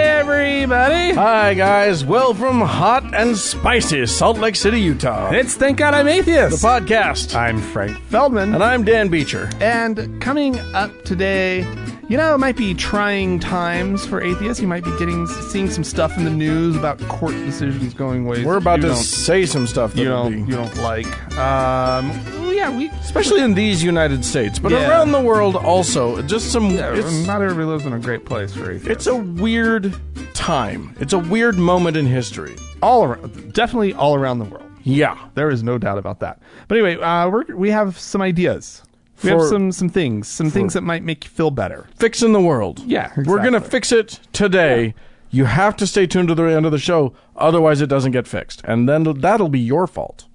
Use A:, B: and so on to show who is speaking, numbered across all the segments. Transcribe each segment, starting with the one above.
A: Hey, Matty.
B: Hi, guys. Well, from hot and spicy Salt Lake City, Utah.
A: It's Thank God I'm Atheist.
B: The podcast.
A: I'm Frank Feldman.
B: And I'm Dan Beecher.
A: And coming up today, you know, it might be trying times for atheists. You might be getting seeing some stuff in the news about court decisions going ways.
B: We're about
A: you
B: to
A: don't-
B: say some stuff that
A: you
B: will
A: don't
B: be-
A: you don't like. Um, yeah, we
B: especially in these United States, but
A: Yeah.
B: around the world also. Just some. it's,
A: not everybody lives in a great place for atheists.
B: it's a weird time. It's a weird moment in history.
A: all around, definitely all around the world.
B: Yeah.
A: There is no doubt about that. But anyway, uh, we're, we have some ideas. We have
B: For-
A: some some things, some things that might make you feel better.
B: Fixing the world.
A: Yeah,
B: We're going to
A: exactly.
B: fix it today. You have to stay tuned to the end of the show, otherwise it doesn't get fixed, and then that'll be your fault.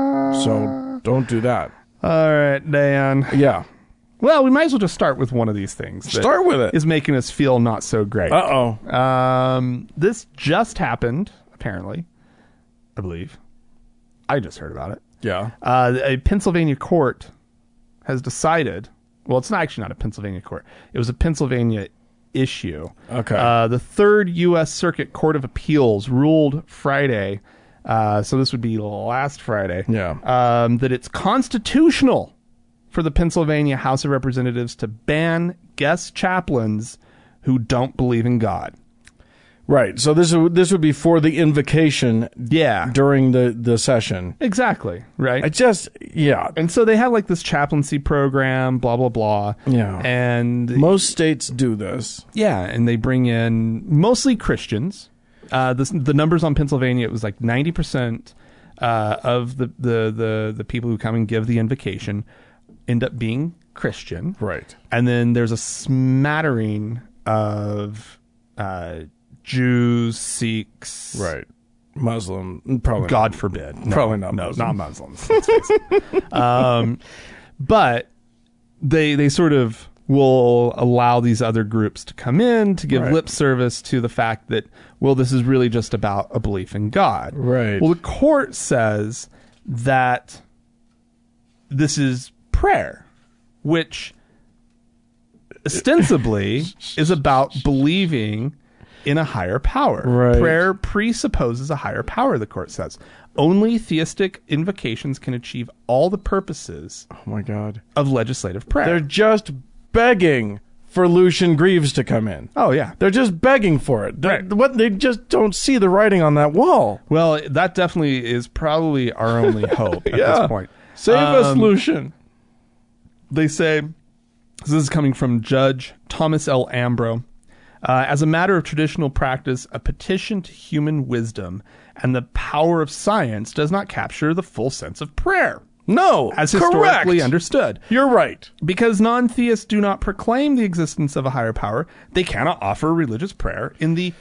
B: so don't do that.
A: All right, Dan.
B: Yeah,
A: Well, we might as well just start with one of these things. that
B: start with it.
A: is making us feel not so great.
B: Uh oh.
A: Um, this just happened, apparently. I believe. I just heard about it.
B: Yeah.
A: Uh, a Pennsylvania court has decided. Well, it's not actually not a Pennsylvania court. It was a Pennsylvania issue.
B: Okay.
A: Uh, the third U.S. Circuit Court of Appeals ruled Friday. Uh, so this would be last Friday.
B: Yeah.
A: Um, that it's constitutional for the Pennsylvania House of Representatives to ban guest chaplains who don't believe in God.
B: Right. So this would this would be for the invocation
A: Yeah.
B: during the the session.
A: Exactly. Right.
B: I just yeah.
A: and so they have like this chaplaincy program, blah blah blah.
B: Yeah.
A: And
B: Most states do this.
A: Yeah, and they bring in mostly Christians. Uh, this, the numbers on Pennsylvania it was like ninety percent uh, of the, the the the people who come and give the invocation end up being Christian,
B: Right.
A: and then there's a smattering of uh, Jews, Sikhs,
B: Right. Muslim probably
A: God forbid, No,
B: Probably not
A: no,
B: Muslims.
A: not Muslims. let's face it. um, but they they sort of will allow these other groups to come in to give
B: Right.
A: lip service to the fact that well this is really just about a belief in God.
B: Right.
A: Well, the court says that this is prayer, which ostensibly is about believing in a higher power.
B: Right.
A: Prayer presupposes a higher power, the court says. Only theistic invocations can achieve all the purposes
B: Oh my god.
A: of legislative prayer.
B: They're just begging for Lucian Greaves to come in.
A: oh, yeah.
B: They're just begging for it. They're- What they just don't see the writing on that wall.
A: Well, that definitely is probably our only hope at
B: Yeah.
A: this point.
B: Save us,
A: Um,
B: Lucian.
A: they say this is coming from Judge Thomas L. Ambro. Uh, as a matter of traditional practice, a petition to human wisdom and the power of science does not capture the full sense of prayer,
B: No,
A: as
B: correct.
A: historically understood.
B: You're right.
A: Because non theists do not proclaim the existence of a higher power, they cannot offer religious prayer in the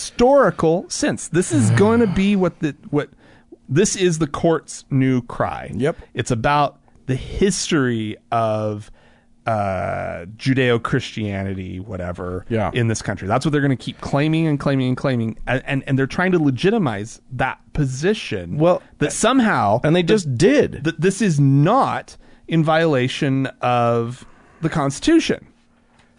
A: historical sense. This is
B: Mm.
A: going to be what the what this is the court's new cry.
B: Yep.
A: it's about the history of uh, Judeo Christianity, whatever,
B: Yeah.
A: in this country. That's what they're going to keep claiming and claiming and claiming, and, and and they're trying to legitimize that position.
B: Well,
A: that somehow
B: And they just did.
A: that this is not in violation of the Constitution.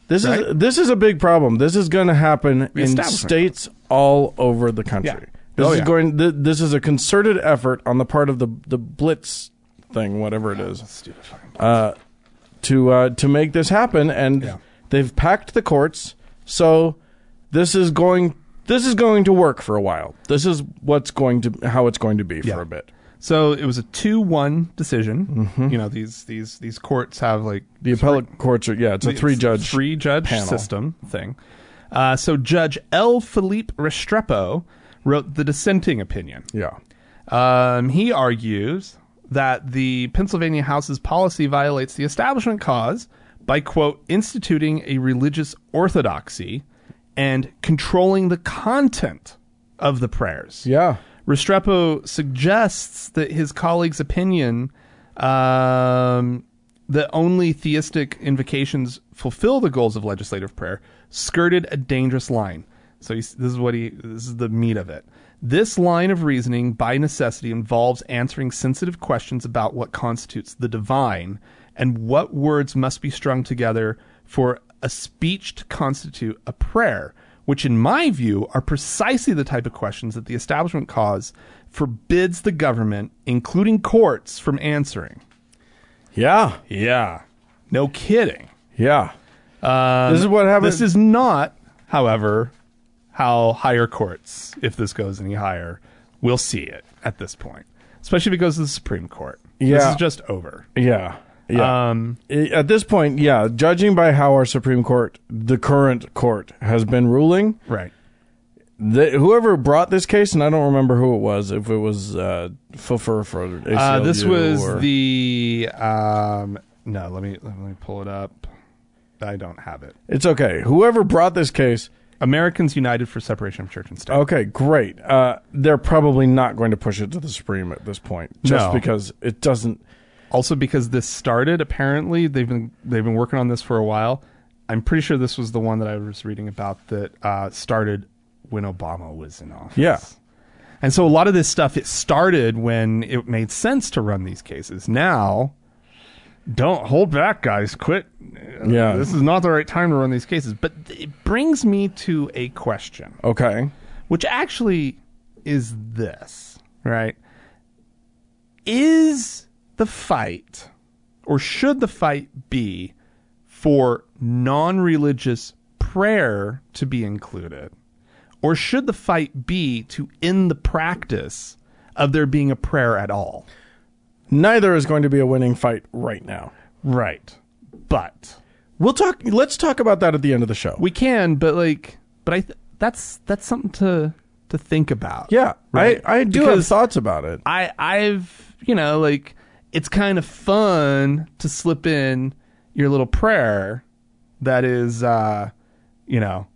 B: This is
A: Right?
B: this is a big problem. This is going to happen in
A: Establishment.
B: states all over the country.
A: Yeah.
B: This
A: Oh,
B: is
A: yeah.
B: going. Th- this is a concerted effort on the part of the the Blitz thing, whatever it is, uh, to uh, to make this happen. And
A: Yeah.
B: they've packed the courts, so this is going. This is going to work for a while. This is what's going to how it's going to be
A: Yeah.
B: for a bit.
A: So it was a two-one decision. You know these these these courts have like
B: Mm-hmm. The appellate courts are yeah, it's a three judge.
A: three judge
B: panel.
A: system thing. Uh, so Judge L. Philippe Restrepo wrote the dissenting opinion.
B: Yeah,
A: Um, he argues that the Pennsylvania House's policy violates the Establishment Clause by, quote, instituting a religious orthodoxy and controlling the content of the prayers.
B: yeah.
A: Restrepo suggests that his colleague's opinion um, that only theistic invocations fulfill the goals of legislative prayer skirted a dangerous line. So he's, this is what he this is the meat of it. This line of reasoning by necessity involves answering sensitive questions about what constitutes the divine and what words must be strung together for a speech to constitute a prayer which in my view are precisely the type of questions that the establishment cause forbids the government, including courts, from answering.
B: Yeah.
A: Yeah. No kidding.
B: Yeah.
A: Um,
B: This is what happened-
A: This is not, however, how higher courts, if this goes any higher, will see it at this point, especially if it goes to the Supreme Court. This
B: Yeah.
A: is just over.
B: Yeah. Yeah.
A: Um,
B: I- At this point, yeah, judging by how our Supreme Court, the current court, has been ruling,
A: right.
B: the, whoever brought this case, and I don't remember who it was, if it was uh, Fuffer for ACLU
A: Uh, this was
B: or-
A: the um, no. Let me let me pull it up. I don't have it.
B: It's okay. Whoever brought this case,
A: Americans United for Separation of Church and State.
B: okay, great. Uh, they're probably not going to push it to the Supreme at this point, just
A: No.
B: because it doesn't.
A: Also, because this started apparently, they've been they've been working on this for a while. I'm pretty sure this was the one that I was reading about that uh, started when Obama was in office.
B: Yeah.
A: and so a lot of this stuff it started when it made sense to run these cases. Now, don't hold back, guys. Quit.
B: Yeah.
A: this is not the right time to run these cases. But it brings me to a question
B: Okay.
A: which actually is this, right? Is the fight, or should the fight be for non religious prayer to be included? Or should the fight be to end the practice of there being a prayer at all?
B: Neither is going to be a winning fight right now.
A: Right. But
B: We'll talk. Let's talk about that at the end of the show.
A: we can, but like, but I, th- that's, that's something to, to think about.
B: yeah,
A: Right.
B: I I do have
A: Because-
B: thoughts about it.
A: I I've you know like it's kind of fun to slip in your little prayer that is uh you know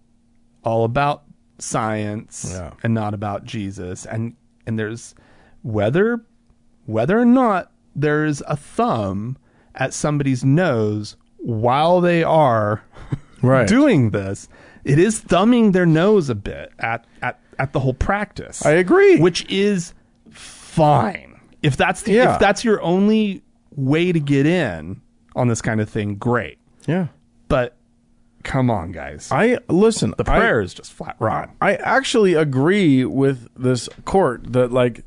A: all about science
B: Yeah.
A: and not about Jesus and and there's whether whether or not there's a thumb at somebody's nose while they are
B: Right.
A: doing this it is thumbing their nose a bit at at at the whole practice
B: I agree.
A: which is fine. If that's the,
B: Yeah.
A: if that's your only way to get in on this kind of thing, great.
B: yeah.
A: But come on, guys,
B: I listen. The
A: prayer is just flat wrong.
B: I actually agree with this court that like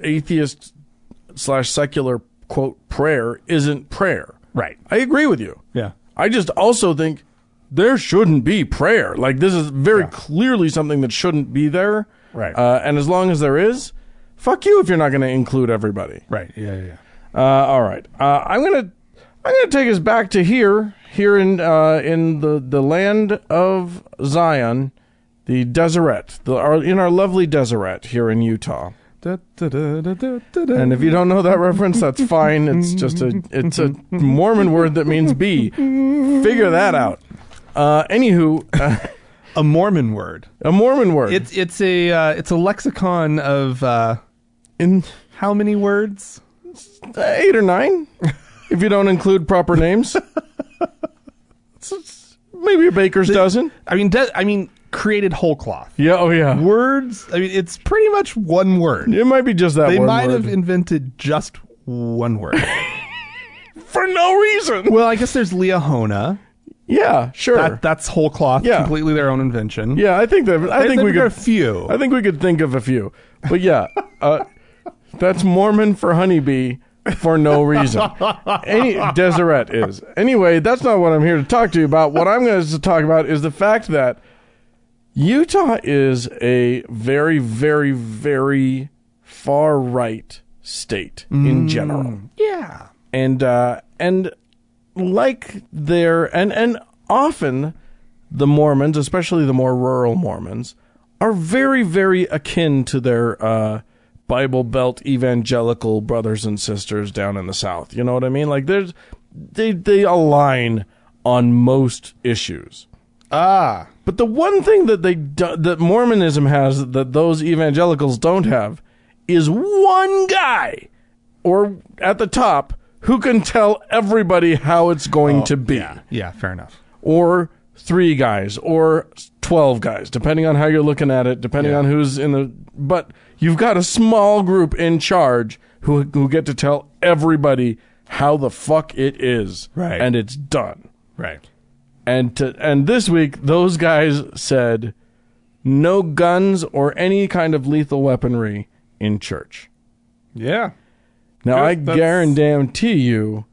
B: atheist slash secular quote prayer isn't prayer.
A: Right?
B: I agree with you.
A: Yeah.
B: I just also think there shouldn't be prayer. Like this is very clearly something that shouldn't be there.
A: Right.
B: Uh, and as long as there is, fuck you if you're not going to include everybody.
A: Right. Yeah. Yeah. yeah.
B: Uh, all right. Uh, I'm gonna I'm gonna take us back to here, here in uh, in the the land of Zion, the Deseret, the our, in our lovely Deseret here in Utah. And if you don't know that reference, that's fine. It's just a it's a Mormon word that means bee. Figure that out. Uh, anywho, uh,
A: a Mormon word.
B: a Mormon word.
A: It's it's a uh, it's a lexicon of uh,
B: in
A: how many words?
B: Uh, eight or nine, if you don't include proper names. It's- it's Maybe a baker's dozen.
A: I mean, de- I mean, created whole cloth.
B: Yeah. Oh yeah.
A: Words. I mean, it's pretty much one word.
B: It might be just that
A: They
B: one
A: might
B: word.
A: have invented just one word.
B: for no reason.
A: well, I guess there's Leahona.
B: Yeah, sure.
A: That, that's whole cloth,
B: Yeah.
A: completely their own invention.
B: yeah, I think that I
A: I
B: think we
A: got a
B: could
A: few.
B: I think we could think of a few. But yeah, uh, that's Mormon for honeybee for no reason. Any Deseret is. Anyway, that's not what I'm here to talk to you about. What I'm going to talk about is the fact that Utah is a very very very far right state
A: Mm.
B: in general.
A: yeah.
B: and uh, and like their and and often the Mormons, especially the more rural Mormons, are very very akin to their uh, Bible Belt evangelical brothers and sisters down in the South. You know what I mean? Like there's they they align on most issues.
A: Ah.
B: But the one thing that they do, that Mormonism has that those evangelicals don't have is one guy or at the top who can tell everybody how it's going to be
A: Oh, Yeah, fair enough.
B: or three guys or 12 guys depending on how you're looking at it depending on who's in the but you've got a small group in charge who who get to tell everybody how the fuck it is
A: Right.
B: and it's done
A: Right.
B: And to, and this week those guys said no guns or any kind of lethal weaponry in church.
A: Yeah.
B: Now
A: Good,
B: I
A: that's-
B: guarantee you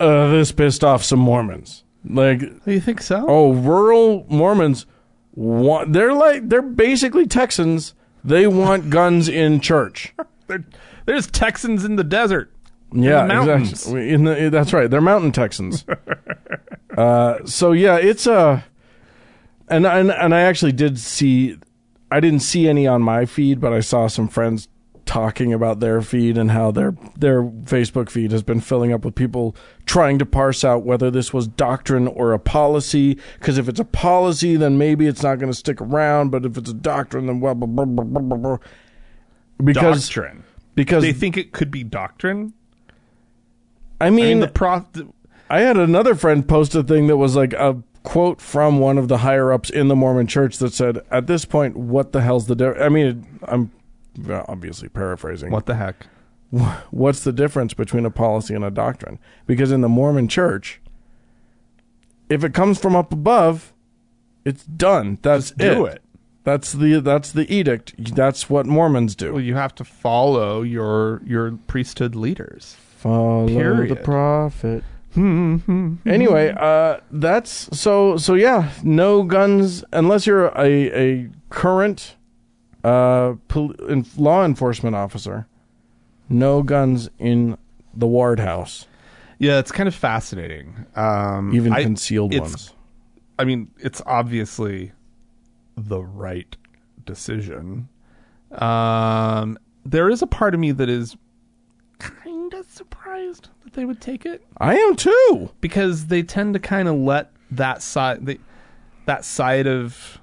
B: uh, this pissed off some Mormons. Like
A: Do you think so?
B: Oh, rural Mormons want they're like they're basically Texans. They want guns in church.
A: There- there's Texans in the desert.
B: Yeah,
A: the mountains.
B: exactly. In the, eh, that's right. They're mountain Texans. uh, so yeah, it's a and and and I actually did see I didn't see any on my feed, but I saw some friends talking about their feed and how their their Facebook feed has been filling up with people trying to parse out whether this was doctrine or a policy because if it's a policy then maybe it's not going to stick around but if it's a doctrine then blah blah blah blah blah, blah, blah. because
A: doctrine.
B: because
A: They think it could be doctrine.
B: I mean
A: I mean, the prof.
B: I had another friend post a thing that was like a quote from one of the higher ups in the Mormon church that said, "At this point, what the hell's the difference?" I mean, it, I'm obviously paraphrasing.
A: What the heck?
B: What's the difference between a policy and a doctrine? Because in the Mormon church, if it comes from up above, it's done. That's
A: Just do it.
B: That's the that's the edict. That's what Mormons do.
A: Well, you have to follow your your priesthood leaders.
B: Follow
A: Period.
B: the prophet.
A: Hmm,
B: anyway, uh, that's so so. Yeah, no guns unless you're a a current uh, pol- in- law enforcement officer. No guns in the ward house,
A: Yeah, it's kind of fascinating. Um,
B: even
A: I,
B: concealed
A: it's-
B: ones.
A: I mean, it's obviously the right decision. Um, there is a part of me that is kind of surprised that they would take it
B: I am too.
A: because they tend to kind of let that side the, that side of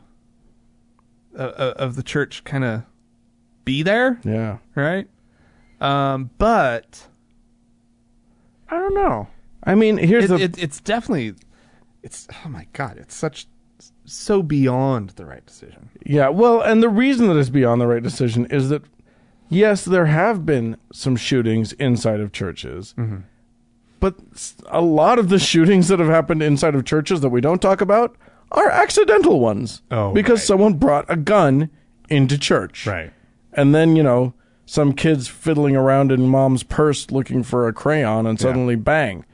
A: uh, of the church kind of be there
B: Yeah,
A: right? Um, but I don't know.
B: I mean, here's
A: It,
B: the
A: it, it's definitely, it's oh my god, it's such so beyond the right decision.
B: Yeah, well, and the reason that it's beyond the right decision is that, yes, there have been some shootings inside of churches,
A: Mm-hmm.
B: but s- a lot of the shootings that have happened inside of churches that we don't talk about are accidental ones.
A: Oh,
B: because
A: right.
B: someone brought a gun into church, And then you know some kids fiddling around in mom's purse looking for a crayon, and suddenly bang.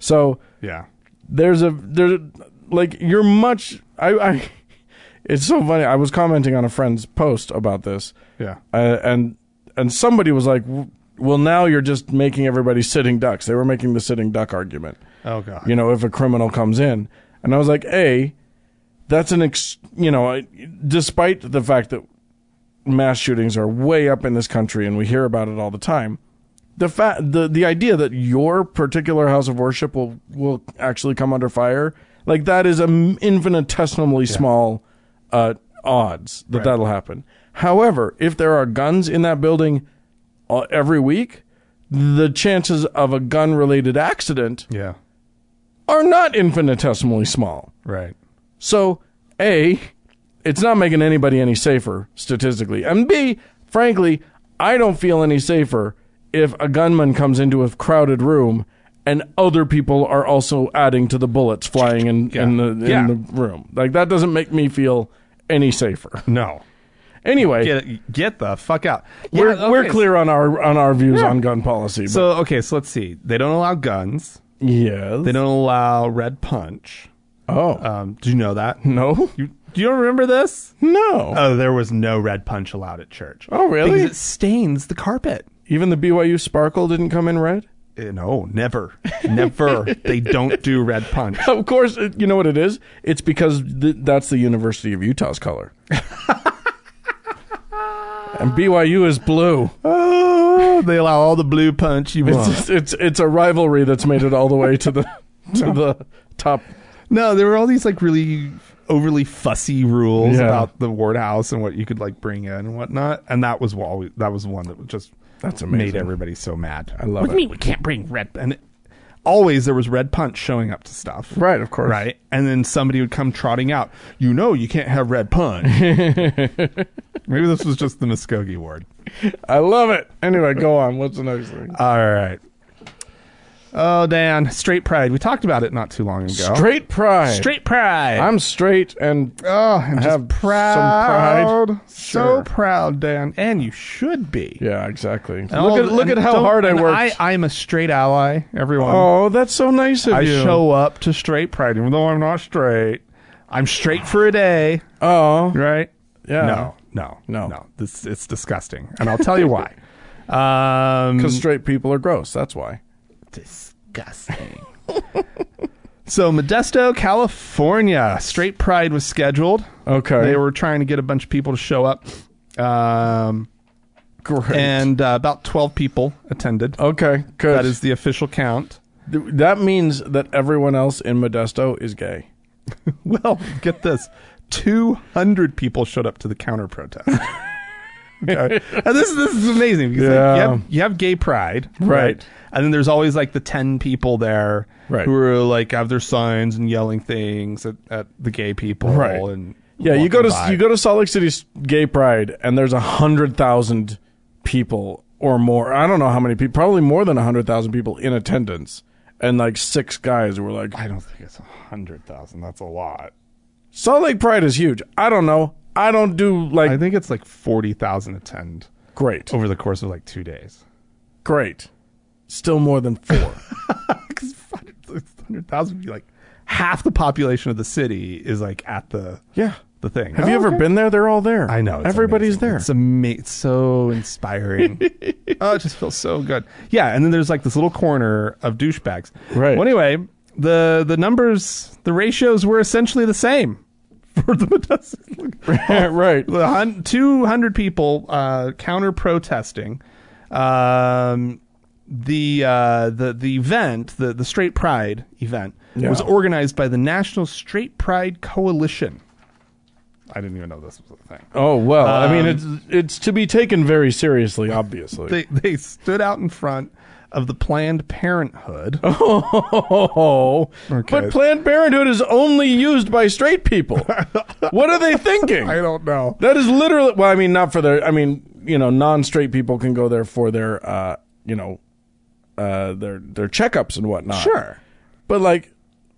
B: So
A: Yeah.
B: there's a there's a- like you're much I, I it's so funny i was commenting on a friend's post about this
A: Yeah.
B: uh, and and somebody was like "W- well now you're just making everybody sitting ducks they were making the sitting duck argument
A: Oh god.
B: you know if a criminal comes in and i was like a that's an ex you know I- despite the fact that mass shootings are way up in this country and we hear about it all the time the fa- the the idea that your particular house of worship will will actually come under fire like that is an infinitesimally small uh odds that that'll happen however if there are guns in that building uh, every week the chances of a gun related accident
A: Yeah.
B: are not infinitesimally small.
A: Right.
B: So, A, it's not making anybody any safer statistically. And B, frankly, I don't feel any safer if a gunman comes into a crowded room and other people are also adding to the bullets flying in, in, the, in
A: Yeah.
B: the room. Like, that doesn't make me feel any safer.
A: No.
B: Anyway,
A: Get get the fuck out.
B: we're,
A: Yeah,
B: we're
A: okay,
B: clear on our on our views on gun policy. But
A: So okay, so let's see. They don't allow guns.
B: yes.
A: They don't allow red punch.
B: oh.
A: Um, do you know that?
B: no?
A: You, do you remember this?
B: No.
A: Oh, there was no red punch allowed at church.
B: oh, really?
A: Because it stains the carpet.
B: Even the BYU sparkle didn't come in red?
A: Uh, No, never, never. they don't do red punch.
B: Of course, it- you know what it is? It's because th- that's the University of Utah's color. and BYU is blue.
A: Oh, they allow all the blue punch you
B: It's, it's it's a rivalry that's made it all the way to the to the top.
A: No, there were all these like really overly fussy rules
B: Yeah.
A: about the ward house and what you could like bring in and whatnot. And that was always that was one that just
B: That's
A: made
B: amazing.
A: everybody so mad. I
B: love
A: what do
B: it.
A: you mean we can't bring red and it- always there was red punch showing up to stuff.
B: Right, of course.
A: Right. And then somebody would come trotting out, you know you can't have red punch. Maybe this was just the Muskogee ward.
B: I love it. Anyway, go on. What's the next thing?
A: All right. Oh, Dan, straight pride. We talked about it not too long ago.
B: Uh, Straight pride.
A: Straight pride.
B: I'm straight and
A: oh, I'm just
B: have
A: proud.
B: some pride.
A: So
B: Sure.
A: proud, Dan, and you should be.
B: yeah, exactly.
A: And
B: look
A: all-
B: at look
A: and
B: at how
A: don't-
B: hard I
A: and
B: worked.
A: I, I'm a straight ally. Everyone,
B: oh, that's so nice of
A: I
B: you.
A: show up to straight pride, even though I'm not straight. I'm straight for a day,
B: oh,
A: right?
B: yeah.
A: No, no,
B: No.
A: no. This it's disgusting, and I'll tell you why. Um,
B: Because straight people are gross. That's why.
A: disgusting. so Modesto, California, Straight Pride was scheduled.
B: Okay.
A: They were trying to get a bunch of people to show up, um,
B: great.
A: and uh, about twelve people attended.
B: okay, good.
A: That is the official count.
B: Th- that means that everyone else in Modesto is gay.
A: Well, get this. 200 people showed up to the counter protest. okay. And this, this is amazing because like,
B: Yeah.
A: you, have, you have gay pride, right.
B: Right.
A: And then there's always like the 10 people there
B: Right.
A: who are like have their signs and yelling things at, at the gay people.
B: Right.
A: And
B: Yeah, you go to
A: walking by.
B: you go to Salt Lake City's Gay Pride, and there's a hundred thousand people or more. I don't know how many people, probably more than a hundred thousand people in attendance, and like six guys were like,
A: I don't think it's 100,000. That's a lot.
B: "Salt Lake Pride is huge." I don't know. I don't do like
A: I Oh. think it's like 40,000 attend
B: great,
A: over the course of like two days.
B: great. Still more than four.
A: Because 100,000 would be like half the population of the city is like at the
B: yeah.
A: the thing.
B: Have you ever been there? They're all there.
A: I know. it's
B: Everybody's
A: amazing.
B: there.
A: It's, ama- it's so inspiring. oh, it just feels so good. Yeah, and then there's like this little corner of douchebags.
B: Right.
A: Well, anyway, the the numbers, the ratios were essentially the same for the Modesto.
B: right.
A: The hun- 200 people uh, counter protesting. Um, the uh, the the event, the the Straight Pride event,
B: Yeah.
A: was organized by the National Straight Pride Coalition. I didn't even know this was a thing.
B: Oh well. I mean,
A: Um,
B: it's it's to be taken very seriously, obviously.
A: They they stood out in front of the Planned Parenthood.
B: Oh,
A: Okay.
B: but Planned Parenthood is only used by straight people. what are they thinking?
A: don't know.
B: that is literally. Well, I mean, not for their. I mean, you know, non-straight people can go there for their, uh, you know, uh, their their checkups and whatnot.
A: Sure.
B: but like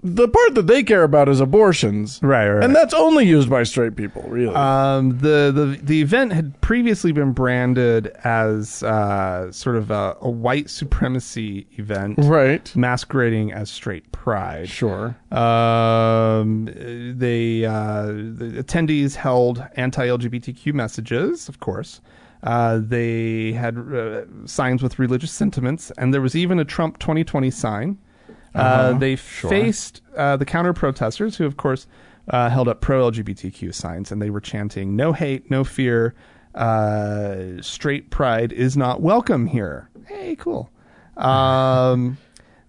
B: the part that they care about is abortions,
A: Right, right, right.
B: And that's only used by straight people, really.
A: Um, the, the the event had previously been branded as uh, sort of a, a white supremacy event,
B: right.
A: masquerading as straight pride.
B: Sure.
A: Um, they uh, the attendees held anti-LGBTQ messages, of course. Uh, they had uh, signs with religious sentiments, and there was even a Trump 2020 sign. Uh, they faced uh, the counter protesters, who, of course, uh, held up pro LGBTQ signs, and they were chanting, No hate, no fear, uh, straight pride is not welcome here. Hey, cool. Um,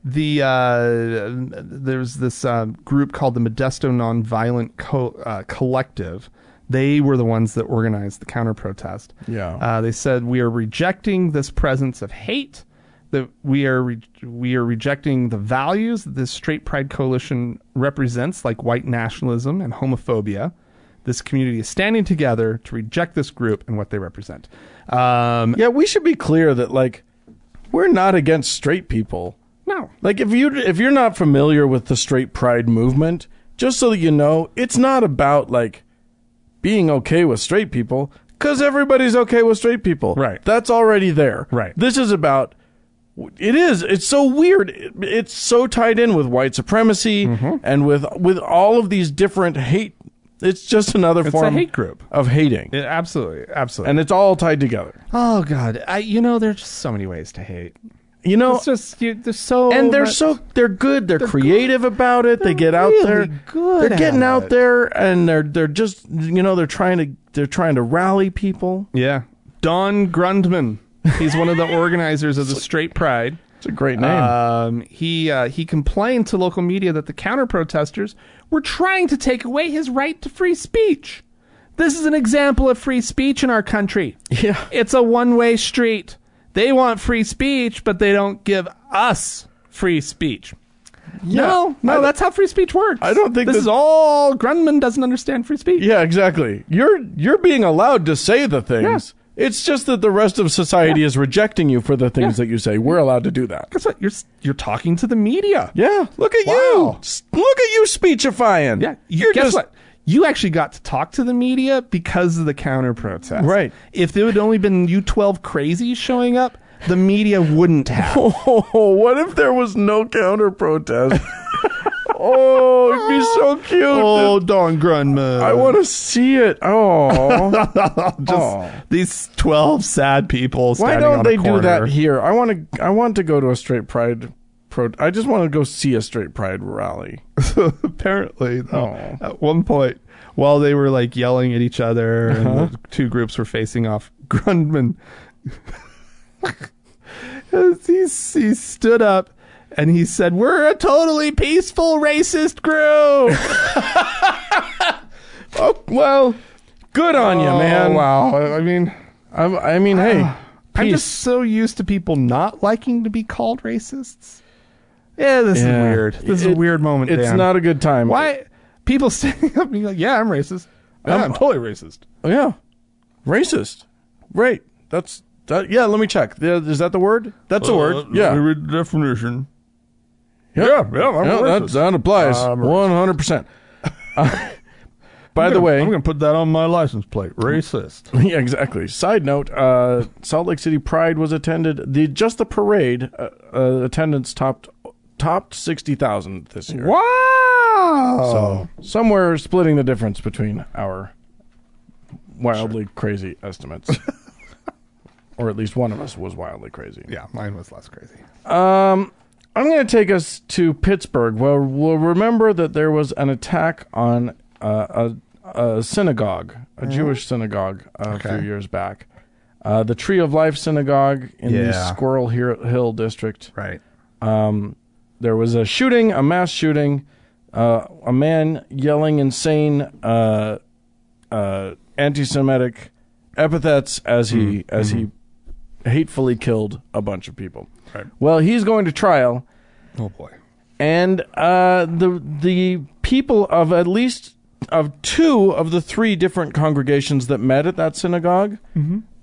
A: the uh, there's this um, group called the Modesto Nonviolent Co- uh, Collective. They were the ones that organized the counter protest.
B: Yeah.
A: Uh, they said we are rejecting this presence of hate. That we are re- we are rejecting the values that this straight pride coalition represents, like white nationalism and homophobia. This community is standing together to reject this group and what they represent. Um,
B: Yeah, we should be clear that like we're not against straight people.
A: no,
B: Like if you if you're not familiar with the straight pride movement, just so that you know, it's not about like being okay with straight people cuz everybody's okay with straight people.
A: Right.
B: That's already there.
A: Right.
B: This is about it is it's so weird It- it's so tied in with white supremacy
A: Mm-hmm.
B: and with with all of these different hate it's just another
A: it's a
B: form
A: hate group.
B: of hating
A: Yeah, absolutely, absolutely.
B: and it's all tied together
A: Oh God, I you know there's just so many ways to hate.
B: you know
A: It's just you, there's so
B: and they're
A: much-
B: so they're good. They're, creative about it. They get out
A: really
B: there.
A: good
B: They're getting
A: at
B: out
A: it.
B: there, and they're they're just you know they're trying to they're trying to rally people.
A: yeah. Don Grundman, he's one of the organizers of the Straight Pride.
B: It's a great name.
A: Um, he uh, he complained to local media that the counter protesters were trying to take away his right to free speech. This is an example of free speech in our country.
B: yeah,
A: It's a one way street. They want free speech, but they don't give us free speech. No,
B: I
A: no,
B: don't-
A: that's how free speech works.
B: I don't think
A: this
B: that-
A: is all Grundman doesn't understand free speech.
B: yeah, exactly. You're you're being allowed to say the things, It's just that the rest of society is rejecting you for the things that you say. We're allowed to do that.
A: Guess what? You're s- you're talking to the media.
B: Yeah. Look at you.
A: Wow.
B: S- Look at you speechifying.
A: Yeah.
B: You're
A: guess
B: just
A: what? You actually got to talk to the media because of the counter protest.
B: Right.
A: If there had only been you 12 crazies showing up, the media wouldn't have.
B: Oh, what if there was no counter protest? oh, it'd be so cute.
A: darn grandma.
B: I want to see it. Oh,
A: just these 12 sad people
B: why
A: standing on
B: don't
A: a
B: they do that
A: corner.
B: here? I want to. I want to go to a straight pride. Pro- I just want to go see a straight pride rally.
A: apparently though, at one point while they were like yelling at each other and
B: Uh-huh.
A: the two groups were facing off grundman he, he stood up and he said we're a totally peaceful racist group
B: Oh well, good on you, man.
A: Oh, wow i mean
B: I'm, I mean, hey,
A: i'm
B: peace.
A: just so used to people not liking to be called racists yeah this
B: Yeah.
A: is weird this is a
B: It-
A: weird moment
B: It's
A: Dan.
B: not a good time.
A: why people standing up and being like yeah i'm racist yeah, i'm totally racist
B: Oh, yeah, racist. Right. That's that. Yeah. Let me check. Yeah, Is that the word? That's a word. Yeah.
A: read the definition.
B: Yeah,
A: Uh, yeah, I'm
B: yeah
A: a
B: that,
A: racist.
B: that applies
A: I'm a racist.
B: one hundred percent. By the way,
A: to put that on my license plate. Racist.
B: yeah, exactly. Side note: uh, Salt Lake City Pride was attended. The just the parade uh, uh, attendance topped topped sixty thousand this year.
A: Wow.
B: So somewhere splitting the difference between our wildly crazy estimates, or at least one of us was wildly crazy.
A: yeah, mine was less crazy.
B: Um, I'm going to take us to Pittsburgh. Well, we'll remember that there was an attack on uh, a, a synagogue, a Jewish synagogue, uh, a
A: Mm-hmm. Okay.
B: few years back. Uh, the Tree of Life Synagogue in the
A: Yeah.
B: Squirrel Hill Hill District.
A: Right.
B: Um, there was a shooting, a mass shooting, uh, a man yelling insane uh, uh, anti-Semitic epithets as he
A: Mm-hmm.
B: as he hatefully killed a bunch of people.
A: Right.
B: Well, he's going to trial,
A: Oh boy.
B: and uh, the the people of at least of two of the three different congregations that met at that synagogue,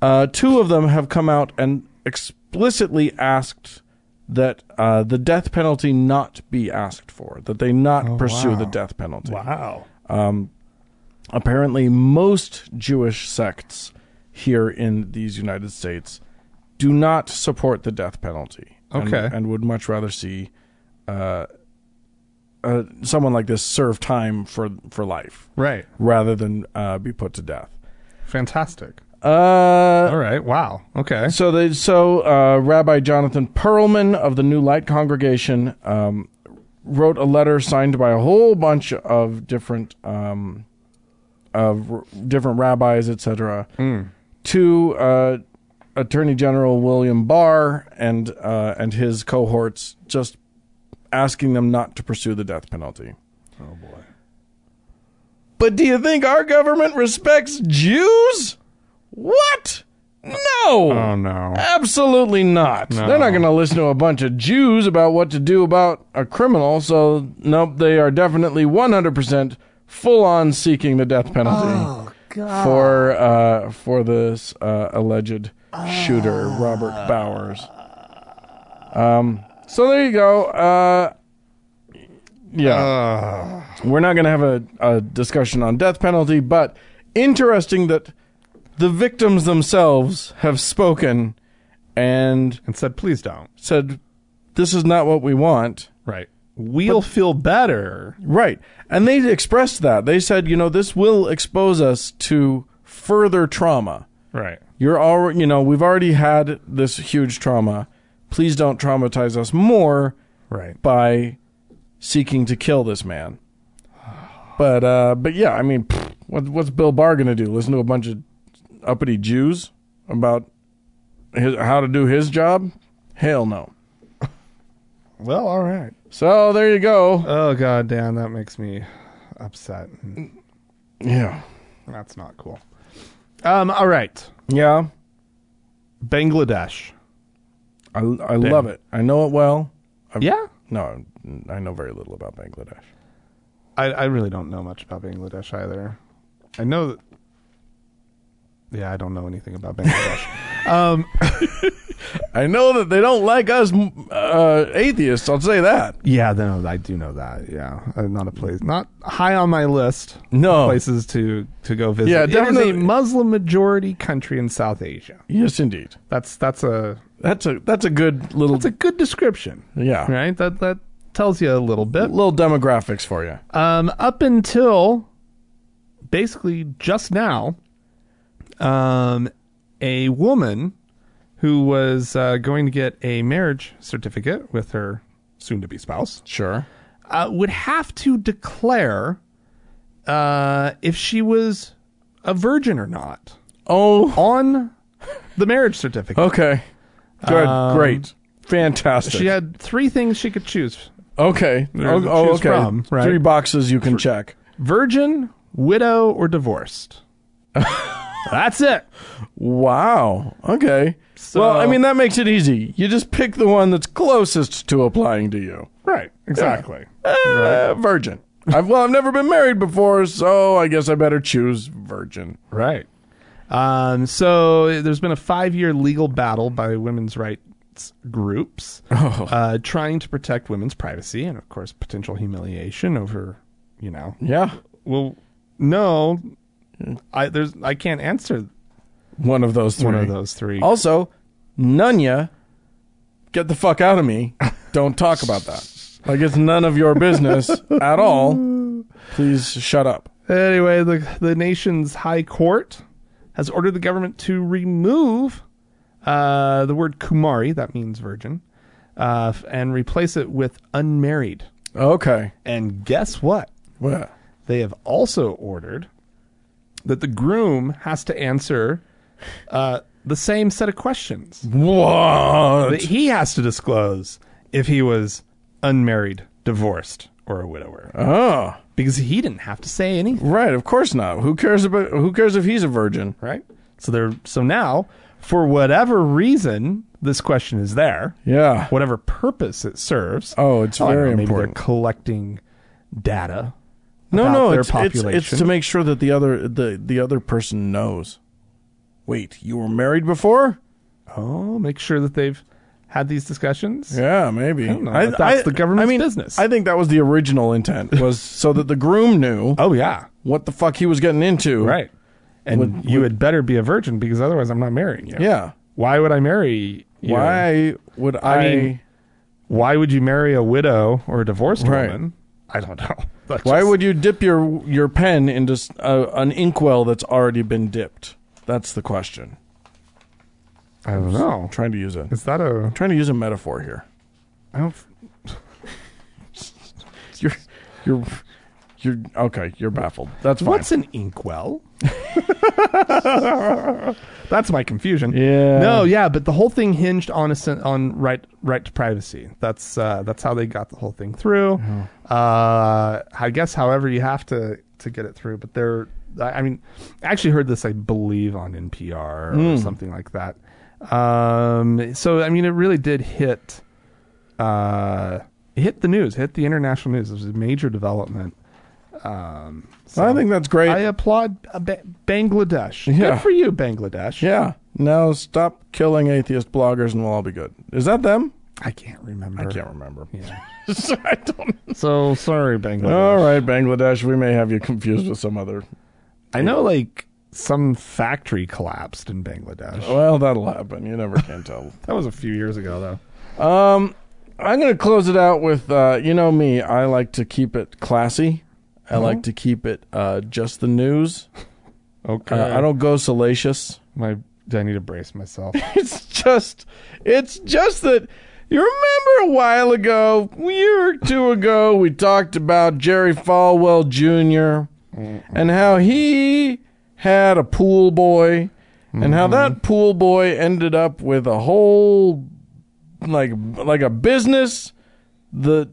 B: uh, two of them have come out and explicitly asked that uh, the death penalty not be asked for, that they not pursue
A: wow.
B: the death penalty.
A: Wow.
B: Apparently, most Jewish sects here in these United States do not support the death penalty. and-
A: Okay.
B: And, would much rather see uh, uh, someone like this serve time for, for life
A: Right.
B: rather than uh, be put to death.
A: Fantastic.
B: Uh,
A: All right. Wow. Okay.
B: so they so uh, Rabbi Jonathan Perlman of the New Light Congregation um, wrote a letter signed by a whole bunch of different um, of r- different rabbis, etc.,
A: Hmm.
B: to uh, Attorney General William Barr and uh, and his cohorts, just asking them not to pursue the death penalty.
A: Oh boy.
B: But do you think our government respects Jews? What? No.
A: Oh no.
B: Absolutely not. They're not going to listen to a bunch of Jews about what to do about a criminal. So, nope, they are definitely 100% full on seeking the death penalty for uh, for this uh, alleged shooter, Robert Bowers. Um, so there you go. Uh, yeah, we're not going to have a, a discussion on death penalty, but interesting that the victims themselves have spoken and
A: And said, please don't.
B: said, "This is not what we want."
A: Right. We'll feel better.
B: Right. And they expressed that. They said, you know, this will expose us to further trauma.
A: Right.
B: You're already, you know, we've already had this huge trauma. Please don't traumatize us more
A: Right.
B: by seeking to kill this man. But uh but yeah, I mean, pfft, what what's Bill Barr going to do? Listen to a bunch of uppity Jews about his, how to do his job? Hell no.
A: Well, all right.
B: So there you go.
A: Oh god damn, that makes me upset.
B: Yeah.
A: That's not cool. Um, all right.
B: Yeah.
A: Bangladesh.
B: I, I love it. I know it well. I've,
A: Yeah.
B: No, I know very little about Bangladesh.
A: I, I really don't know much about Bangladesh either. I know that Yeah, I don't know anything about Bangladesh.
B: I know that they don't like us m- uh, atheists. I'll say that.
A: yeah, no, I do know that. Yeah, Uh, not a place, not high on my list.
B: No.
A: places to to go visit.
B: Yeah,
A: It is a
B: definitely-
A: Muslim majority country in South Asia.
B: Yes, indeed.
A: That's that's a
B: That's a that's a good little
A: that's a good description,
B: yeah
A: right? That that tells you a little bit.
B: little demographics for you.
A: Um, up until basically just now, um, a woman who was uh, going to get a marriage certificate with her soon-to-be spouse
B: Sure.
A: uh, would have to declare uh, if she was a virgin or not
B: Oh,
A: on the marriage certificate.
B: okay. Good.
A: Um,
B: Great. Fantastic.
A: She had three things she could choose:
B: okay.
A: There's
B: Oh,
A: a
B: oh,
A: choose
B: okay.
A: from, right?
B: Three boxes you can check.
A: virgin, widow, or divorced. That's it.
B: Wow. Okay.
A: So-
B: well, I mean that makes it easy. You just pick the one that's closest to applying to you.
A: Right. Exactly.
B: Uh, Virgin. I've, well, I've never been married before, so I guess I better choose virgin.
A: Right. Um, so there's been a five year legal battle by women's rights groups uh, trying to protect women's privacy and, of course, potential humiliation over, you know,
B: Yeah.
A: well, no, I, there's, I can't answer
B: One of those three.
A: one of those three.
B: Also, Nunya, get the fuck out of me. Don't talk about that. Like it's none of your business at all. Please shut up.
A: Anyway, the, the nation's high court has ordered the government to remove uh, the word kumari, that means virgin, uh, f- and replace it with unmarried.
B: Okay.
A: And guess what?
B: Well,
A: They have also ordered that the groom has to answer uh, the same set of questions
B: what?
A: that he has to disclose if he was unmarried, divorced, or a widower,
B: Oh,
A: because he didn't have to say anything,
B: right. Of course not. Who cares about? Who cares if he's a virgin?
A: right? So they're so now, for whatever reason, this question is there,
B: Yeah.
A: whatever purpose it serves.
B: Oh, it's
A: I don't
B: very
A: know, maybe
B: important.
A: They're collecting data.
B: No,
A: about
B: no.
A: their
B: it's, it's it's
A: population.
B: to make sure that the other the the other person knows. Wait, you were married before?
A: Oh, make sure that they've had these discussions.
B: Yeah, maybe.
A: don't know. That's the government's
B: I mean,
A: business.
B: I think that was the original intent was so that the groom knew
A: Oh yeah.
B: what the fuck he was getting into.
A: Right. And
B: Would-
A: you had better be a virgin because otherwise I'm not marrying you.
B: Yeah.
A: Why would I marry you?
B: Why would I?
A: mean, Why would you marry a widow or a divorced
B: Right.
A: woman? I don't know. That's
B: why
A: just-
B: would you dip your your pen into s- uh, an inkwell that's already been dipped? That's the question.
A: I don't know.
B: I'm trying to use a I'm
A: Is that a
B: trying to use a metaphor here.
A: I don't
B: You're you're you're okay. You're baffled. That's fine.
A: What's an inkwell? That's my confusion.
B: Yeah.
A: No, yeah, but the whole thing hinged on a, sen- on right right to privacy. That's uh, that's how they got the whole thing through.
B: Oh.
A: Uh, I guess, however, you have to to get it through. But there, I I mean, I actually heard this, I believe, on NPR or
B: Hmm.
A: something like that. Um, so I mean, it really did hit uh, hit the news, hit the international news. It was a major development. Um, so-
B: I think that's great.
A: I applaud uh, ba- Bangladesh.
B: Yeah.
A: Good for you, Bangladesh.
B: yeah. Now stop killing atheist bloggers and we'll all be good. Is that them?
A: I can't remember.
B: I can't remember.
A: Yeah.
B: I don't.
A: So sorry, Bangladesh.
B: All right, Bangladesh. We may have you confused with some other.
A: I know, like some factory collapsed in Bangladesh.
B: Well, that'll happen. You never can tell.
A: That was a few years ago, though.
B: Um, I'm going to close it out with uh, you know me. I like to keep it classy. I like to keep it uh, just the news.
A: Okay.
B: Uh, I don't go salacious.
A: My, I need to brace myself.
B: It's just, it's just that. You remember a while ago, a year or two ago, we talked about Jerry Falwell junior and how he had a pool boy, and how
A: Mm-hmm.
B: that pool boy ended up with a whole like like a business. The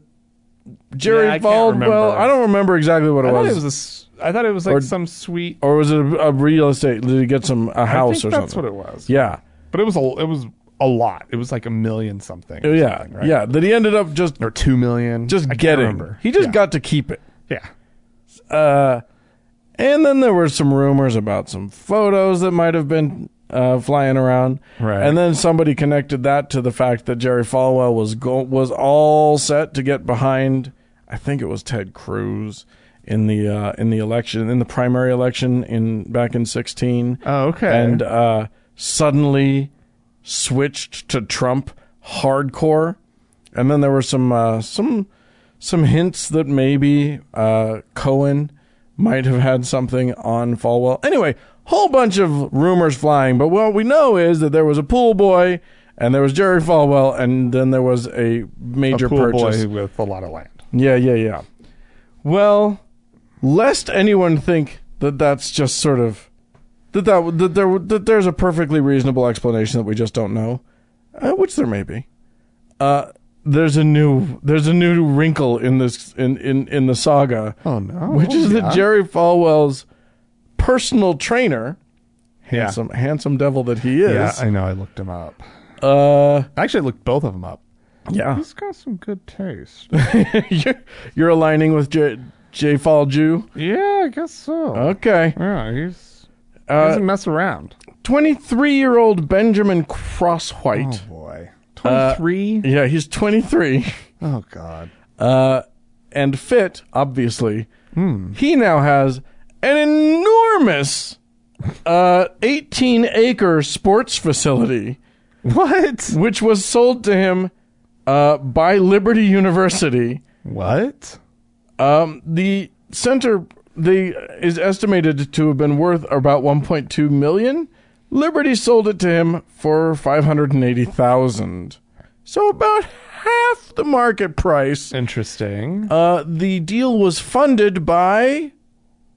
B: Jerry
A: Yeah, I can't
B: Falwell.
A: remember.
B: I don't remember exactly what it
A: I thought
B: was,
A: it was a s I thought it was like
B: Or-
A: some sweet
B: or was it a, a real estate? Did he get some a house
A: I think
B: or
A: that's
B: something?
A: what it was.
B: yeah,
A: But it was a it was a lot. It was like a million something. or
B: yeah,
A: something, right?
B: yeah. That he ended up just
A: Or two million.
B: just
A: I can't
B: getting.
A: remember.
B: He just
A: Yeah.
B: got to keep it.
A: Yeah.
B: Uh, And then there were some rumors about some photos that might have been uh, flying around.
A: Right.
B: And then somebody connected that to the fact that Jerry Falwell was go- was all set to get behind. I think it was Ted Cruz in the uh, in the election in the primary election in back in sixteen.
A: Oh, okay.
B: And uh, suddenly switched to Trump hardcore. And then there were some uh, some some hints that maybe uh, Cohen might have had something on Falwell. Anyway, whole bunch of rumors flying. But what we know is that there was a pool boy, and there was Jerry Falwell, and then there was a major
A: pool
B: purchase.
A: boy with a lot of land.
B: Yeah, yeah, yeah. Well, lest anyone think that that's just sort of that that, that there that there's a perfectly reasonable explanation that we just don't know, uh, which there may be. Uh, there's a new there's a new wrinkle in this in in in the saga,
A: Oh no!
B: which is
A: yeah.
B: that Jerry Falwell's personal trainer,
A: Yeah.
B: handsome handsome devil that he is.
A: Yeah, I know. I looked him up.
B: uh,
A: Actually, I looked both of them up.
B: yeah,
A: He's got some good taste.
B: you're, you're aligning with J J Fall Jew.
A: yeah, I guess so.
B: Okay.
A: yeah, he's he
B: Uh,
A: doesn't mess around.
B: 23 year old Benjamin Crosswhite.
A: boy, Uh, twenty three.
B: Yeah, he's 23.
A: oh god.
B: Uh, and fit, obviously. He now has an enormous uh, 18 acre sports facility,
A: What?
B: which was sold to him uh, by Liberty University.
A: What?
B: Um, the center the is estimated to have been worth about 1.2 million. Liberty sold it to him for 580,000. So about half the market price.
A: Interesting.
B: Uh, the deal was funded by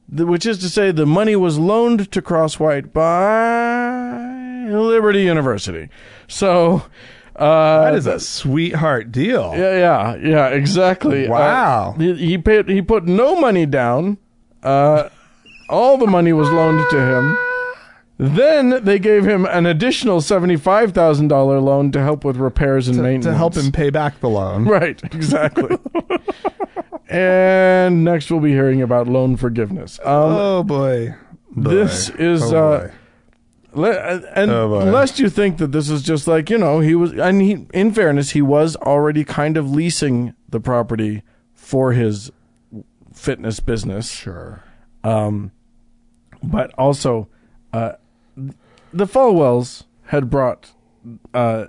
B: the, which is to say the money was loaned to Crosswhite by Liberty University. So uh,
A: that is a sweetheart deal.
B: yeah, yeah, yeah, exactly. Uh,
A: Wow.
B: he, he paid. He put no money down. Uh, all the money was loaned to him. Then they gave him an additional seventy-five thousand dollar loan to help with repairs and maintenance.
A: To help him pay back the loan.
B: Right, exactly. and next, we'll be hearing about loan forgiveness. Um,
A: Oh boy.
B: This
A: Boy.
B: is,
A: Oh,
B: uh,
A: boy.
B: le- uh, and
A: Oh, boy.
B: lest you think that this is just like you know he was, and he, in fairness, he was already kind of leasing the property for his fitness business.
A: sure.
B: but also uh, the Falwells had brought uh,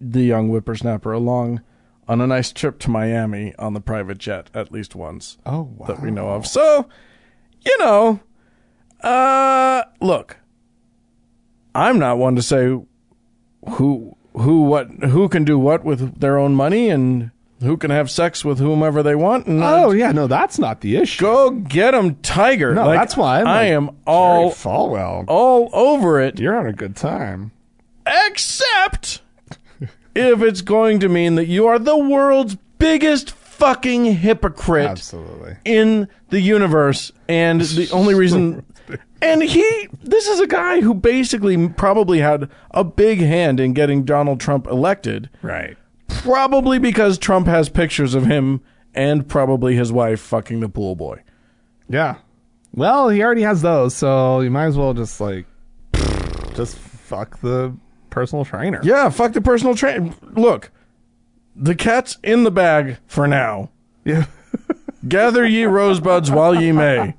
B: the young whippersnapper along on a nice trip to Miami on the private jet at least once
A: Oh wow.
B: that we know of. So, you know, uh, look, I'm not one to say who who what who can do what with their own money and who can have sex with whomever they want and uh,
A: Oh yeah, no, that's not the issue.
B: go get 'em, tiger
A: No,
B: Like,
A: that's why I'm
B: i
A: like,
B: am all
A: Jerry Falwell.
B: all over it,
A: You're having a good time.
B: except if it's going to mean that you are the world's biggest fucking hypocrite
A: Absolutely.
B: in the universe. And the only reason. And he, this is a guy who basically probably had a big hand in getting Donald Trump elected,
A: Right.
B: probably because Trump has pictures of him and probably his wife fucking the pool boy.
A: Yeah. Well, he already has those, so you might as well just like just fuck the personal trainer.
B: Yeah, fuck the personal train. Look, the cat's in the bag for now.
A: Yeah.
B: Gather ye rosebuds while ye may.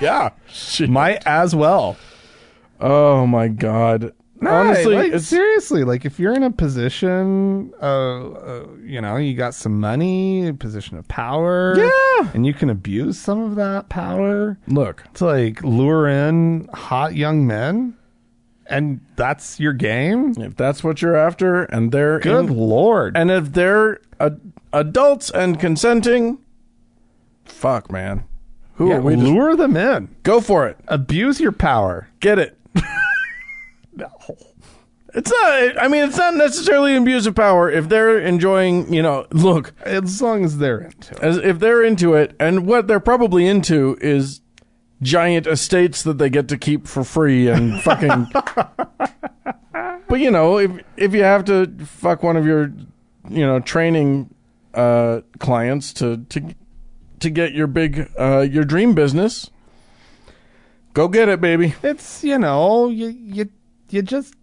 A: yeah. Might as well.
B: Oh my god. Honestly,
A: Right, like,
B: it's
A: seriously, like if you're in a position, uh, uh, you know, you got some money, a position of power,
B: Yeah.
A: and you can abuse some of that power
B: look.
A: to like lure in hot young men, and that's your game.
B: If that's what you're after and they're
A: Good
B: in-
A: lord!
B: and if they're ad- adults and consenting, fuck man. Who
A: Yeah,
B: are we to
A: lure them in,
B: go for it.
A: abuse your power.
B: Get it. It's not I mean it's not necessarily an abuse of power if they're enjoying, you know, look,
A: As long as they're into it.
B: as if they're into it and what they're probably into is giant estates that they get to keep for free and fucking but you know if if you have to fuck one of your you know training uh clients to to to get your big uh, your dream business, go get it, baby.
A: It's you know you you you just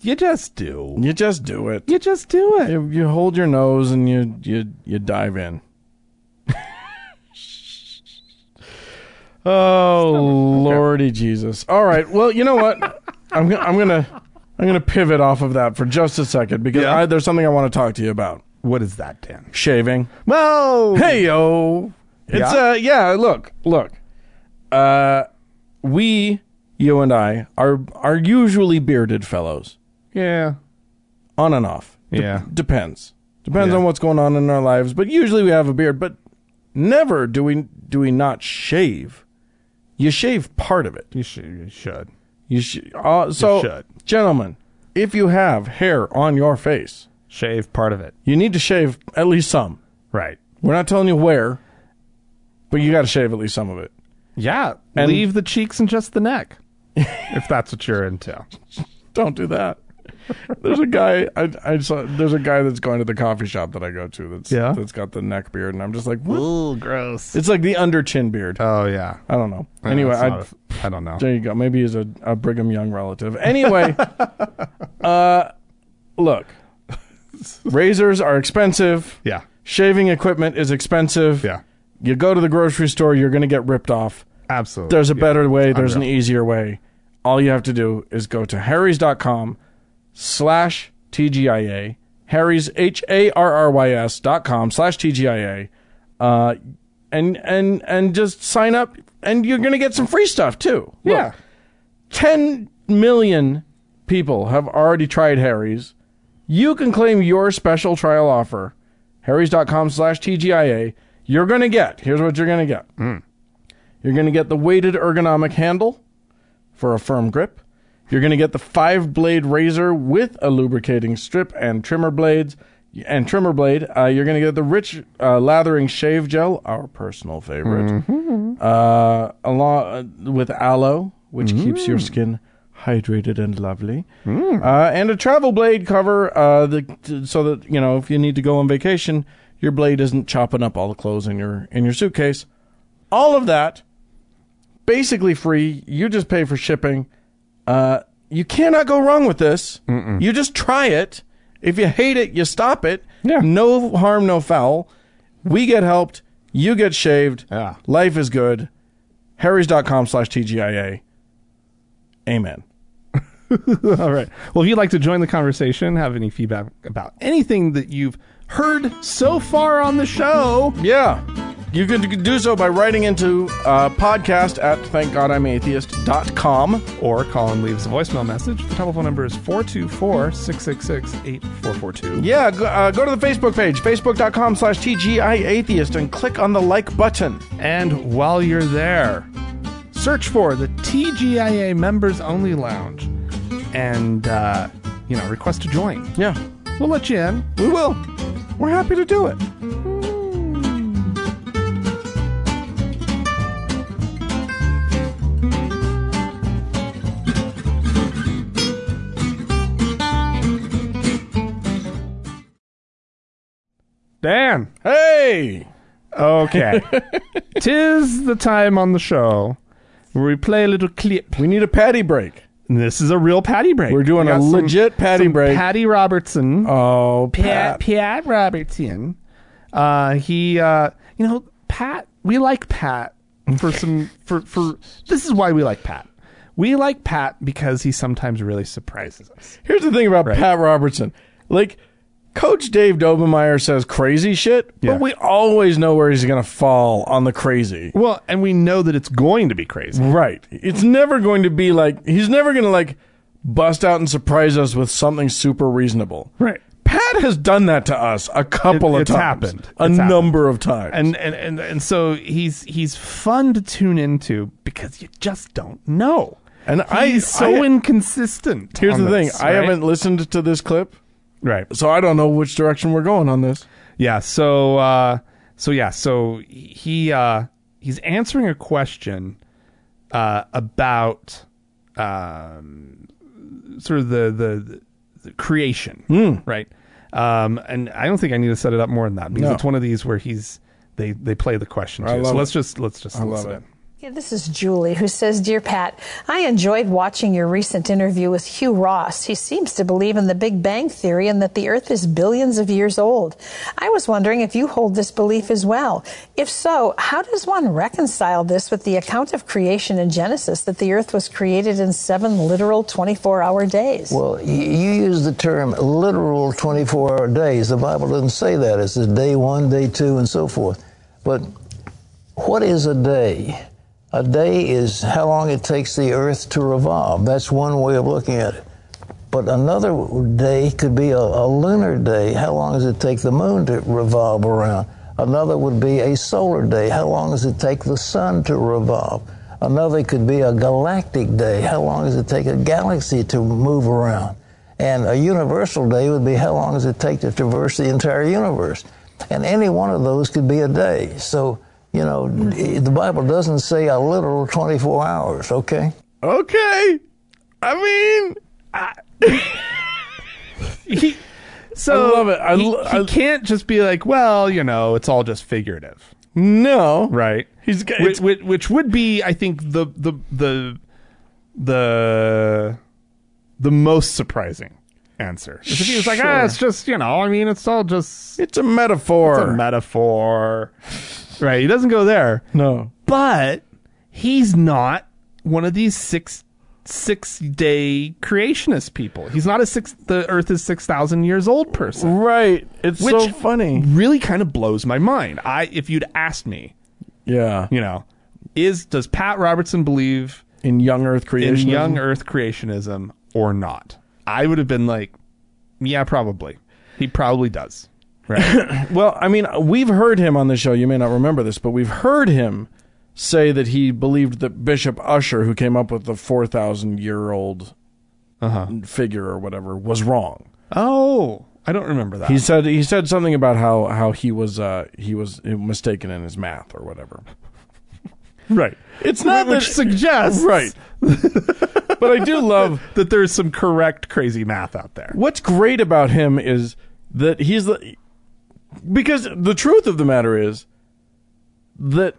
A: you just do
B: You just do it.
A: you just do it.
B: You, you hold your nose and you you you dive in. oh lordy Jesus! All right, well you know what? I'm go- I'm gonna I'm gonna pivot off of that for just a second because
A: Yeah.
B: I, there's something I want to talk to you about
A: What is that, Dan?
B: shaving.
A: Whoa!
B: Hey yo, it's
A: Yeah?
B: uh yeah. Look look, uh, we you and I are are usually bearded fellows
A: Yeah.
B: on and off.
A: Yeah.
B: depends. Depends
A: Yeah.
B: on what's going on in our lives, but usually we have a beard, but never do we do we not shave. You shave part of it.
A: You should. You should.
B: You sh- uh, so
A: should.
B: gentlemen, if you have hair on your face,
A: Shave part of it.
B: you need to shave at least some.
A: Right.
B: We're not telling you where, but you got to shave at least some of it.
A: Yeah.
B: And-
A: leave the cheeks and just the neck, if that's what you're into.
B: Don't do that. There's a guy I, I saw. There's a guy that's going to the coffee shop that I go to. That's
A: Yeah?
B: That's got the neck beard, and I'm just like, what?
A: Ooh, gross.
B: It's like the under chin beard.
A: Oh yeah.
B: I don't know. Anyway, I,
A: I I don't know.
B: There you go. Maybe he's a, a Brigham Young relative. Anyway, uh, look, razors are expensive.
A: Yeah.
B: Shaving equipment is expensive.
A: Yeah.
B: You go to the grocery store, you're going to get ripped off.
A: Absolutely.
B: There's a
A: Yeah.
B: better way. There's an easier way. All you have to do is go to harrys.com slash TGIA. Harry's, H-A-R-R-Y-S dot com slash TGIA. Uh, and, and, and just sign up and you're going to get some free stuff too. Look,
A: Yeah.
B: 10 million people have already tried Harry's. You can claim your special trial offer. Harry's.com slash TGIA. You're going to get, here's what you're going to get. You're going to get the weighted ergonomic handle for a firm grip. You're going to get the five blade razor with a lubricating strip and trimmer blades and trimmer blade. Uh, you're going to get the rich uh, lathering shave gel, our personal favorite, uh, along uh, with aloe, which keeps your skin hydrated and lovely, uh, and a travel blade cover uh, the, t- so that you know if you need to go on vacation, your blade isn't chopping up all the clothes in your in your suitcase. All of that basically free. You just pay for shipping. Uh, you cannot go wrong with this. You just try it. If you hate it, you stop it.
A: Yeah.
B: No harm, no foul. We get helped. You get shaved.
A: Yeah.
B: Life is good. Harry's.com slash TGIA. Amen.
A: All right. Well, if you'd like to join the conversation, have any feedback about anything that you've heard so far on the show,
B: Yeah. You can d- do so by writing into uh, podcast at thankgodimatheist.com.
A: or Colin leaves a voicemail message, the telephone number is 424 666 8442.
B: Yeah, go, uh, go to the Facebook page, facebook.com slash TGIAtheist, and click on the like button.
A: And while you're there, search for the TGIA Members Only Lounge and, uh, you know, request to join.
B: Yeah,
A: We'll let you in.
B: we will. We're happy to do it.
A: Dan.
B: Hey!
A: Okay. Tis the time on the show where we play a little clip.
B: We need a patty break.
A: And this is a real patty break.
B: We're doing
A: We
B: a
A: got some-
B: legit patty
A: some
B: break.
A: Patty Robertson.
B: oh,
A: Pat,
B: Pat.
A: Pat Robertson. Uh, he, uh, you know, Pat. We like Pat for some for for. This is why we like Pat. We like Pat because he sometimes really surprises us.
B: Here's the thing about Pat Robertson. Like, Coach Dave Dobemeyer says crazy shit,
A: Yeah.
B: but we always know where he's going to fall on the crazy.
A: Well, and we know that it's going to be crazy.
B: Right. It's never going to be like, he's never going to, like, bust out and surprise us with something super reasonable.
A: Right.
B: Pat has done that to us a couple
A: It-
B: of
A: it's
B: times.
A: happened.
B: A
A: It's happened.
B: number of times.
A: And, and and and so he's he's fun to tune into because you just don't know.
B: And I-
A: he's so
B: I-
A: inconsistent.
B: here's
A: on
B: the thing
A: this,
B: I
A: right?
B: haven't listened to this clip,
A: right.
B: so I don't know which direction we're going on this.
A: Yeah. So uh, so yeah. So he uh, he's answering a question uh, about um, sort of the the, the
B: Hmm.
A: creation, right? Um, and I don't think I need to set it up more than that because
B: No.
A: it's one of these where he's they they play the question
B: I
A: too. So
B: love
A: let's
B: it.
A: just let's just
B: I love
A: listen
B: it.
A: in.
C: Yeah, this is Julie who says, Dear Pat, I enjoyed watching your recent interview with Hugh Ross. He seems to believe in the Big Bang Theory and that the Earth is billions of years old. I was wondering if you hold this belief as well. If so, how does one reconcile this with the account of creation in Genesis that the Earth was created in seven literal 24 hour days?
D: Well, you you use the term literal 24 hour days. The Bible doesn't say that. It says day one, day two, and so forth. But what is a day? A day is how long it takes the earth to revolve. That's one way of looking at it. But another day could be a, a lunar day. How long does it take the moon to revolve around? Another would be a solar day. How long does it take the sun to revolve? Another could be a galactic day. How long does it take a galaxy to move around? And a universal day would be how long does it take to traverse the entire universe? And any one of those could be a day. So, you know, the Bible doesn't say a literal 24 hours, okay?
B: Okay. I mean,
A: He, so
B: I love it. I
A: he,
B: lo-
A: he
B: I-
A: can't just be like, well, you know, it's all just figurative,
B: no.
A: right?
B: He's got-
A: which,
B: it's-
A: which, which would be, I think, the the the the the most surprising answer. Is if he was like, ah,
B: Sure.
A: it's just you know, I mean, it's all just
B: It's a metaphor.
A: a metaphor, right? He doesn't go there,
B: no.
A: but he's not one of these six six day creationist people. He's not a six. The Earth is six thousand years old person.
B: Right. It's
A: Which-
B: so funny.
A: really kind of blows my mind. I if you'd asked me,
B: Yeah.
A: you know, is does Pat Robertson believe
B: In young earth
A: in
B: creation.
A: young earth creationism or not? I would have been like, yeah, probably. He probably does. Right.
B: Well, I mean, we've heard him on the show. You may not remember this, but we've heard him say that he believed that Bishop Usher, who came up with the 4,000 year old Uh-huh. figure or whatever, was wrong.
A: oh, I don't remember that.
B: He said he said something about how, how he was uh, he was mistaken in his math or whatever.
A: right.
B: It's not
A: Which
B: that
A: suggests
B: right, but I do love
A: that there's some correct crazy math out there.
B: what's great about him is that he's the because the truth of the matter is that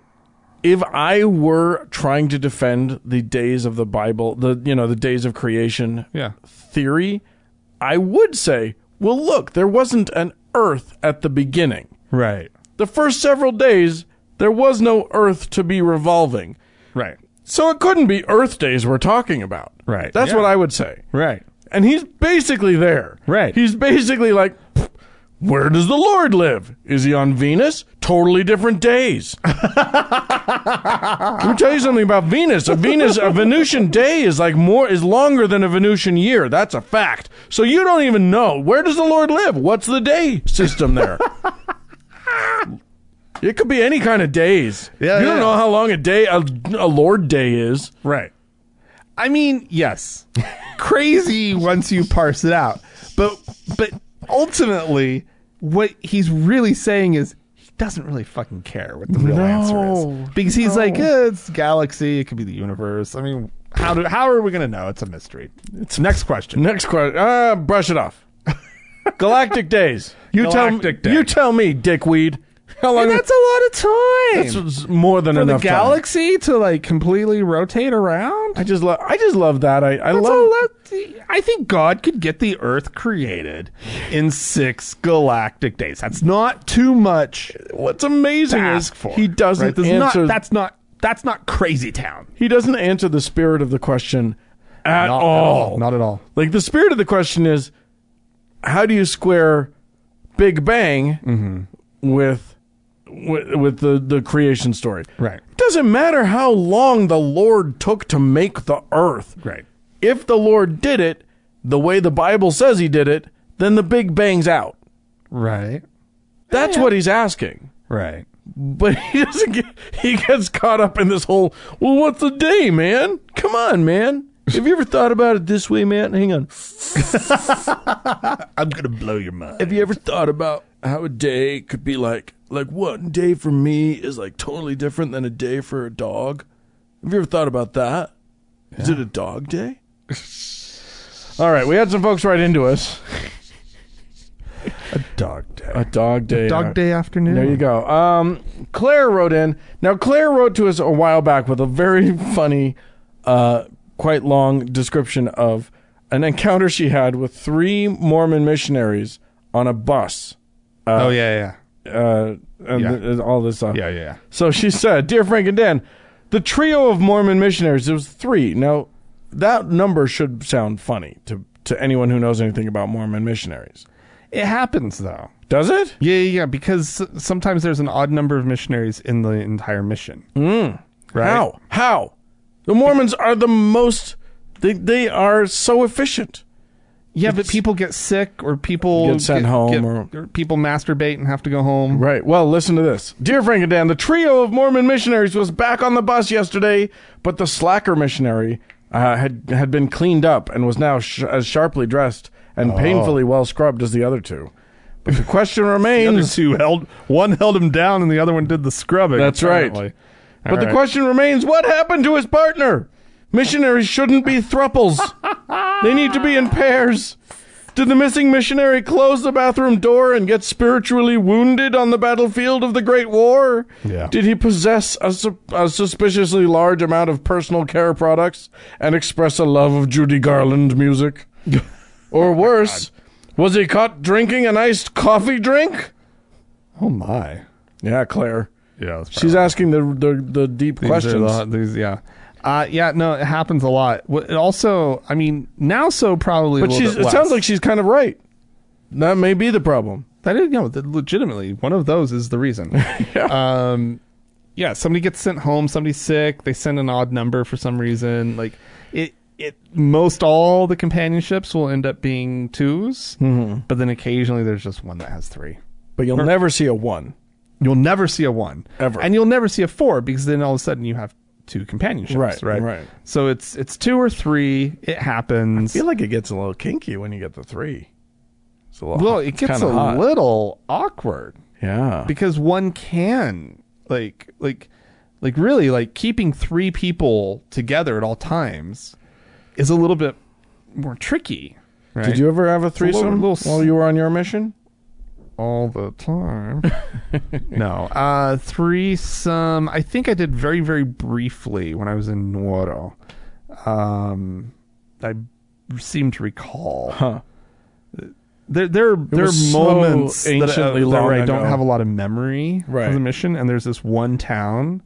B: if I were trying to defend the days of the Bible, the you know the days of creation
A: Yeah.
B: theory, I would say, well, look, there wasn't an Earth at the beginning.
A: Right.
B: The first several days, there was no Earth to be revolving,
A: Right.
B: so it couldn't be Earth days we're talking about.
A: Right.
B: That's
A: Yeah.
B: what I would say.
A: Right.
B: And he's basically there.
A: Right.
B: He's basically like, "Pfft, where does the Lord live? Is he on Venus? Totally different days. Let me tell you something about Venus. A Venus, a Venusian day is like more is longer than a Venusian year. That's a fact. So you don't even know where does the Lord live. What's the day system there? it could be any kind of days.
A: Yeah,
B: you
A: yeah.
B: don't know how long a day a, a Lord day is.
A: Right. I mean, yes. Crazy once you parse it out. But but ultimately what he's really saying is he doesn't really fucking care what the real answer
B: No,
A: is. Because he's like, eh, it's the galaxy, it could be the universe. I mean, how do how are we going to know? It's a mystery. It's next question.
B: Next question. Ah, brush it off. Galactic days. You
A: Galactic
B: tell
A: day.
B: you tell me, dickweed. How long?
A: And that's a lot of
B: that's
A: time.
B: more than
A: for the
B: enough. time.
A: galaxy to like completely rotate around.
B: I just love. I just love that. I, I
A: That's
B: love.
A: all that- I think God could get the Earth created in six galactic days. That's not too much.
B: What's amazing
A: to
B: is
A: ask for
B: he doesn't
A: right? This is
B: answer.
A: Not, that's not that's not crazy town
B: he doesn't answer the spirit of the question
A: Not
B: at,
A: at
B: all.
A: all. Not at all.
B: Like the spirit of the question is, how do you square Big Bang
A: Mm-hmm.
B: with, with with the the creation story?
A: Right.
B: Doesn't matter how long the Lord took to make the earth.
A: Right.
B: If the Lord did it the way the Bible says he did it, then the Big Bang's out.
A: Right.
B: That's what he's asking.
A: Right.
B: But he doesn't get he gets caught up in this whole well what's the day, man? Come on, man. Have you ever thought about it this way, man? Hang on.
A: I'm gonna blow your mind.
B: Have you ever thought about how a day could be like like one day for me is like totally different than a day for a dog? Have you ever thought about that? Is it a dog day? All right, we had some folks right into us.
A: Dog day.
B: A dog day.
A: Dog day afternoon.
B: There you go. Um, Claire wrote in. Now, Claire wrote to us a while back with a very funny, uh, quite long description of an encounter she had with three Mormon missionaries on a bus.
A: oh yeah, yeah,
B: Uh, and
A: Yeah.
B: th- and all this stuff.
A: yeah, yeah, yeah.
B: So she said, Dear Frank and Dan, the trio of Mormon missionaries, it was three. Now, that number should sound funny to, to anyone who knows anything about Mormon missionaries.
A: It happens though.
B: Does it?
A: Yeah, yeah, yeah. Because s- sometimes there's an odd number of missionaries in the entire mission. Right.
B: How? How? The Mormons are the most, they, they are so efficient.
A: Yeah, but people get sick, or people
B: Get sent home or-
A: people masturbate and have to go home.
B: Right. Well, listen to this. Dear Frank and Dan, the trio of Mormon missionaries was back on the bus yesterday, but the slacker missionary uh, had had been cleaned up and was now sh- as sharply dressed and painfully well scrubbed as the other two. But Oh. the question
A: The other
B: remains.
A: two held one held him down, and the other one did the scrubbing.
B: That's right.
A: apparently.
B: but
A: All
B: the
A: right.
B: question remains: What happened to his partner? Missionaries shouldn't be thruples. they need to be in pairs. Did the missing missionary close the bathroom door and get spiritually wounded on the battlefield of the Great War?
A: Yeah.
B: Did he possess a, su- a suspiciously large amount of personal care products and express a love of Judy Garland music? or
A: Oh
B: worse, was he caught drinking an iced coffee drink?
A: Oh my.
B: Yeah, Claire.
A: Yeah, that's
B: She's asking the the, the deep
A: These are
B: questions.
A: the- these- yeah. Uh, yeah, no, it happens a lot. Wh- It also, I mean, now so probably.
B: But she's, it sounds like she's kind of right. That may be the problem.
A: that. Is, you know, that legitimately, one of those is the reason. Um, yeah, somebody gets sent home, somebody's sick, they send an odd number for some reason. Like it, it most all the companionships will end up being 2s
B: Mm-hmm.
A: but then occasionally there's just one that has three.
B: But you'll never see a one.
A: You'll never see a one
B: Ever.
A: and you'll never see a four because then all of a sudden you have two companionships,
B: Right,
A: right?
B: right.
A: So it's it's two or three. It happens.
B: feel like it gets a little kinky when you get the three. It's a little,
A: Well, it
B: it's
A: gets
B: kinda
A: a
B: hot.
A: little awkward
B: Yeah.
A: because one can like like like really like keeping three people together at all times is a little bit more tricky. Right?
B: Did you ever have a
A: little-
B: threesome
A: little s-
B: while you were on your mission?
A: all the time? no, uh, threesome. I think I did very very briefly when I was in Nuoro. Um, I seem to recall.
B: Huh.
A: there there there are
B: was so
A: moments that, I-
B: anciently
A: that
B: long
A: where I don't
B: ago.
A: have a lot of memory
B: Right.
A: of the mission, and there's this one town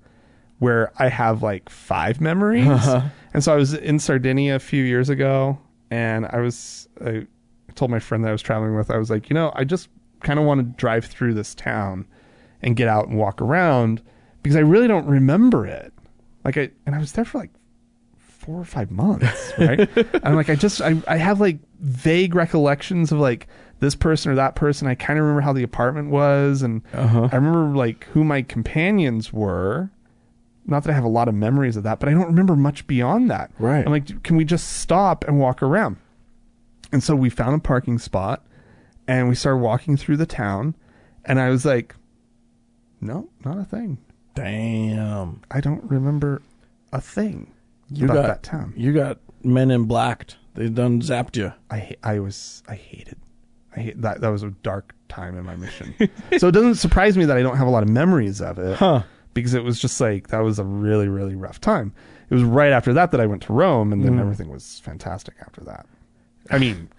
A: where I have like five memories. And so I was in Sardinia a few years ago, and I was I told my friend that I was traveling with, I was like, you know, I just kind of want to drive through this town and get out and walk around because I really don't remember it. Like I and I was there for like four or five months, right? I'm like, I just, I, I have like vague recollections of like this person or that person. I kind of remember how the apartment was, and
B: Uh-huh.
A: I remember like who my companions were. Not that I have a lot of memories of that, but I don't remember much beyond that.
B: Right.
A: I'm like, can we just stop and walk around? And so we found a parking spot, and we started walking through the town, and I was like, no, not a thing.
B: Damn.
A: I don't remember a thing
B: You
A: about
B: got
A: that town.
B: You got men in blacked. They done zapped you.
A: I ha- I was I hated. I hate that that was a dark time in my mission. so it doesn't surprise me that I don't have a lot of memories of it.
B: Huh.
A: Because it was just like that was a really really rough time. It was right after that that I went to Rome and then
B: Mm-hmm.
A: everything was fantastic after that. I mean,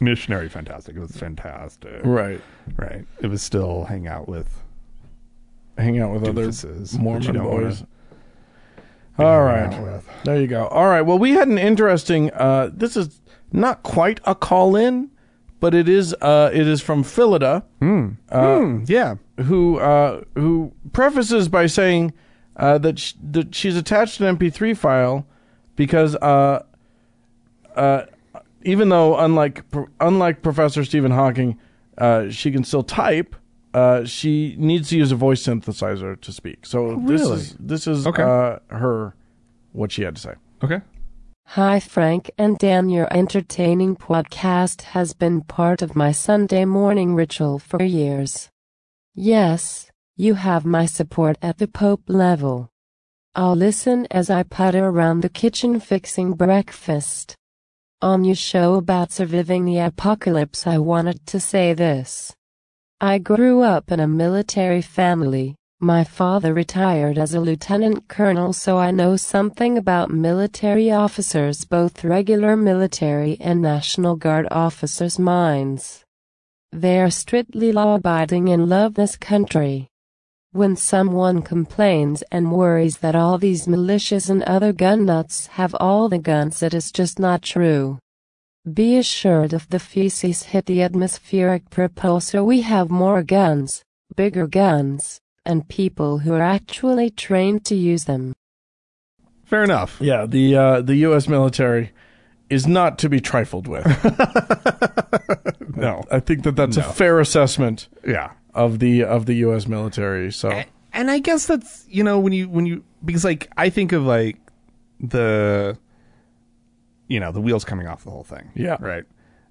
A: missionary fantastic. It was fantastic.
B: Right.
A: Right. It was still hang out with
B: Hang out with other
A: Doofuses that you
B: Mormon
A: don't wanna
B: boys. All
A: hang
B: right.
A: out with.
B: There you go. All right. Well, we had an interesting. Uh, this is not quite a call in, but it is. Uh, it is from Phillida,
A: Hmm, yeah.
B: who uh, who prefaces by saying uh, that sh- that she's attached an MP3 file because uh, uh, even though unlike pr- unlike Professor Stephen Hawking, uh, she can still type. Uh, she needs to use a voice synthesizer to speak. So this
A: really?
B: is this is
A: Okay.
B: uh, her what she had to say.
A: Okay.
E: Hi, Frank and Dan. Your entertaining podcast has been part of my Sunday morning ritual for years. Yes, you have my support at the Pope level. I'll listen as I putter around the kitchen fixing breakfast. On your show about surviving the apocalypse, I wanted to say this. I grew up in a military family. My father retired as a lieutenant colonel, so I know something about military officers, both regular military and National Guard officers' minds. They are strictly law abiding and love this country. When someone complains and worries that all these militias and other gun nuts have all the guns, it is just not true. Be assured if the feces hit the atmospheric propulsor, we have more guns, bigger guns, and people who are actually trained to use them.
A: Fair enough.
B: Yeah, the uh, the U.S. military is not to be trifled with.
A: No.
B: I think that that's
A: No.
B: a fair assessment
A: Yeah.
B: of the of the U.S. military. So
A: A- and I guess that's you know when you when you because like I think of like the you know the wheels coming off the whole thing.
B: Yeah.
A: Right.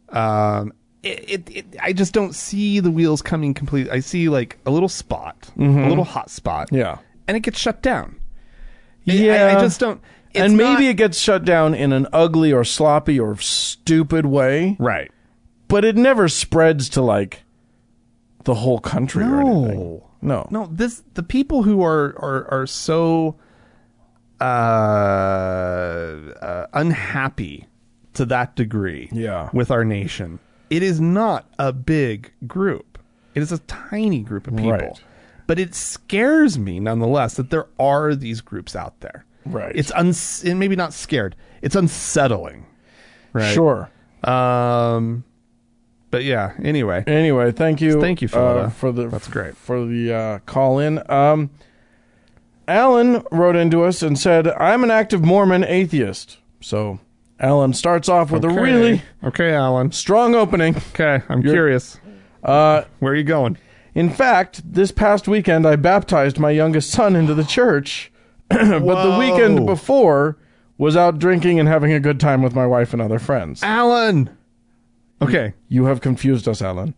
A: Um. It, it, it I just don't see the wheels coming complete. I see like a little spot, a little hot spot.
B: Mm-hmm. Yeah.
A: And it gets shut down. I- I- I,
B: Yeah.
A: just don't. it's
B: and maybe
A: not-
B: it gets shut down in an ugly or sloppy or stupid way,
A: right.
B: but it never spreads to like the whole country or anything.
A: No.
B: No,
A: No, this the people who are are are so uh, uh unhappy to that degree
B: Yeah.
A: with our nation. It is not a big group. It is a tiny group of people.
B: Right.
A: But it scares me nonetheless that there are these groups out there.
B: Right.
A: It's uns and maybe not scared. It's unsettling. Right.
B: sure.
A: Um but yeah, anyway.
B: Anyway, thank you.
A: Thank you for
B: uh,
A: that.
B: for the
A: That's great.
B: for the uh, call in. Um, Alan wrote into us and said, "I'm an active Mormon atheist." So Alan starts off with a really
A: Okay, Alan.
B: strong opening.
A: Okay, I'm
B: You're-
A: curious.
B: Uh,
A: Where are you going?
B: in fact, this past weekend I baptized my youngest son into the church, but the
A: Whoa.
B: weekend before was out drinking and having a good time with my wife and other friends.
A: Alan. Okay.
B: You have confused us, Alan.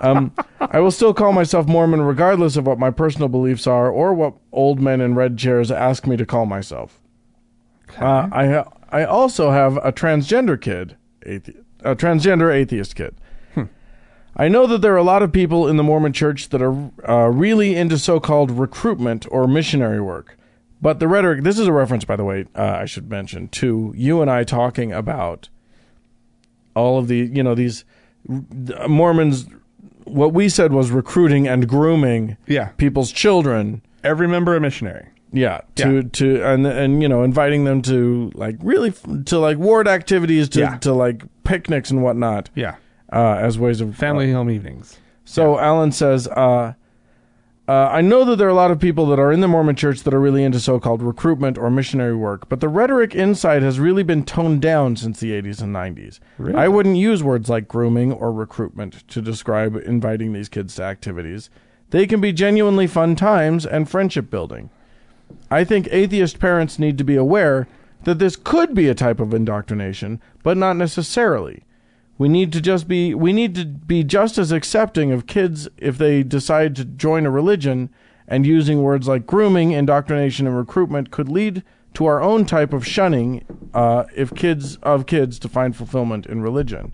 B: um, I will still call myself Mormon regardless of what my personal beliefs are or what old men in red chairs ask me to call myself. Uh, I ha- I also have a transgender kid, athe- a transgender atheist kid. I know that there are a lot of people in the Mormon Church that are uh, really into so-called recruitment or missionary work, but the rhetoric. This is a reference, by the way. Uh, I should mention to you and I talking about all of the you know these uh, Mormons. What we said was recruiting and grooming
A: Yeah.
B: people's children
A: Every member a missionary.
B: yeah, to
A: Yeah.
B: to and and you know inviting them to like really f- to like ward activities to
A: Yeah.
B: to like picnics and whatnot.
A: Yeah.
B: Uh, as ways of
A: Family home evenings.
B: so Alan says, uh, uh, I know that there are a lot of people that are in the Mormon church that are really into so called recruitment or missionary work, but the rhetoric inside has really been toned down since the 80s and 90s. I wouldn't use words like grooming or recruitment to describe inviting these kids to activities. They can be genuinely fun times and friendship building. I think atheist parents need to be aware that this could be a type of indoctrination, but not necessarily. We need to just be we need to be just as accepting of kids if they decide to join a religion and using words like grooming, indoctrination and recruitment could lead to our own type of shunning uh, if kids of kids to find fulfillment in religion.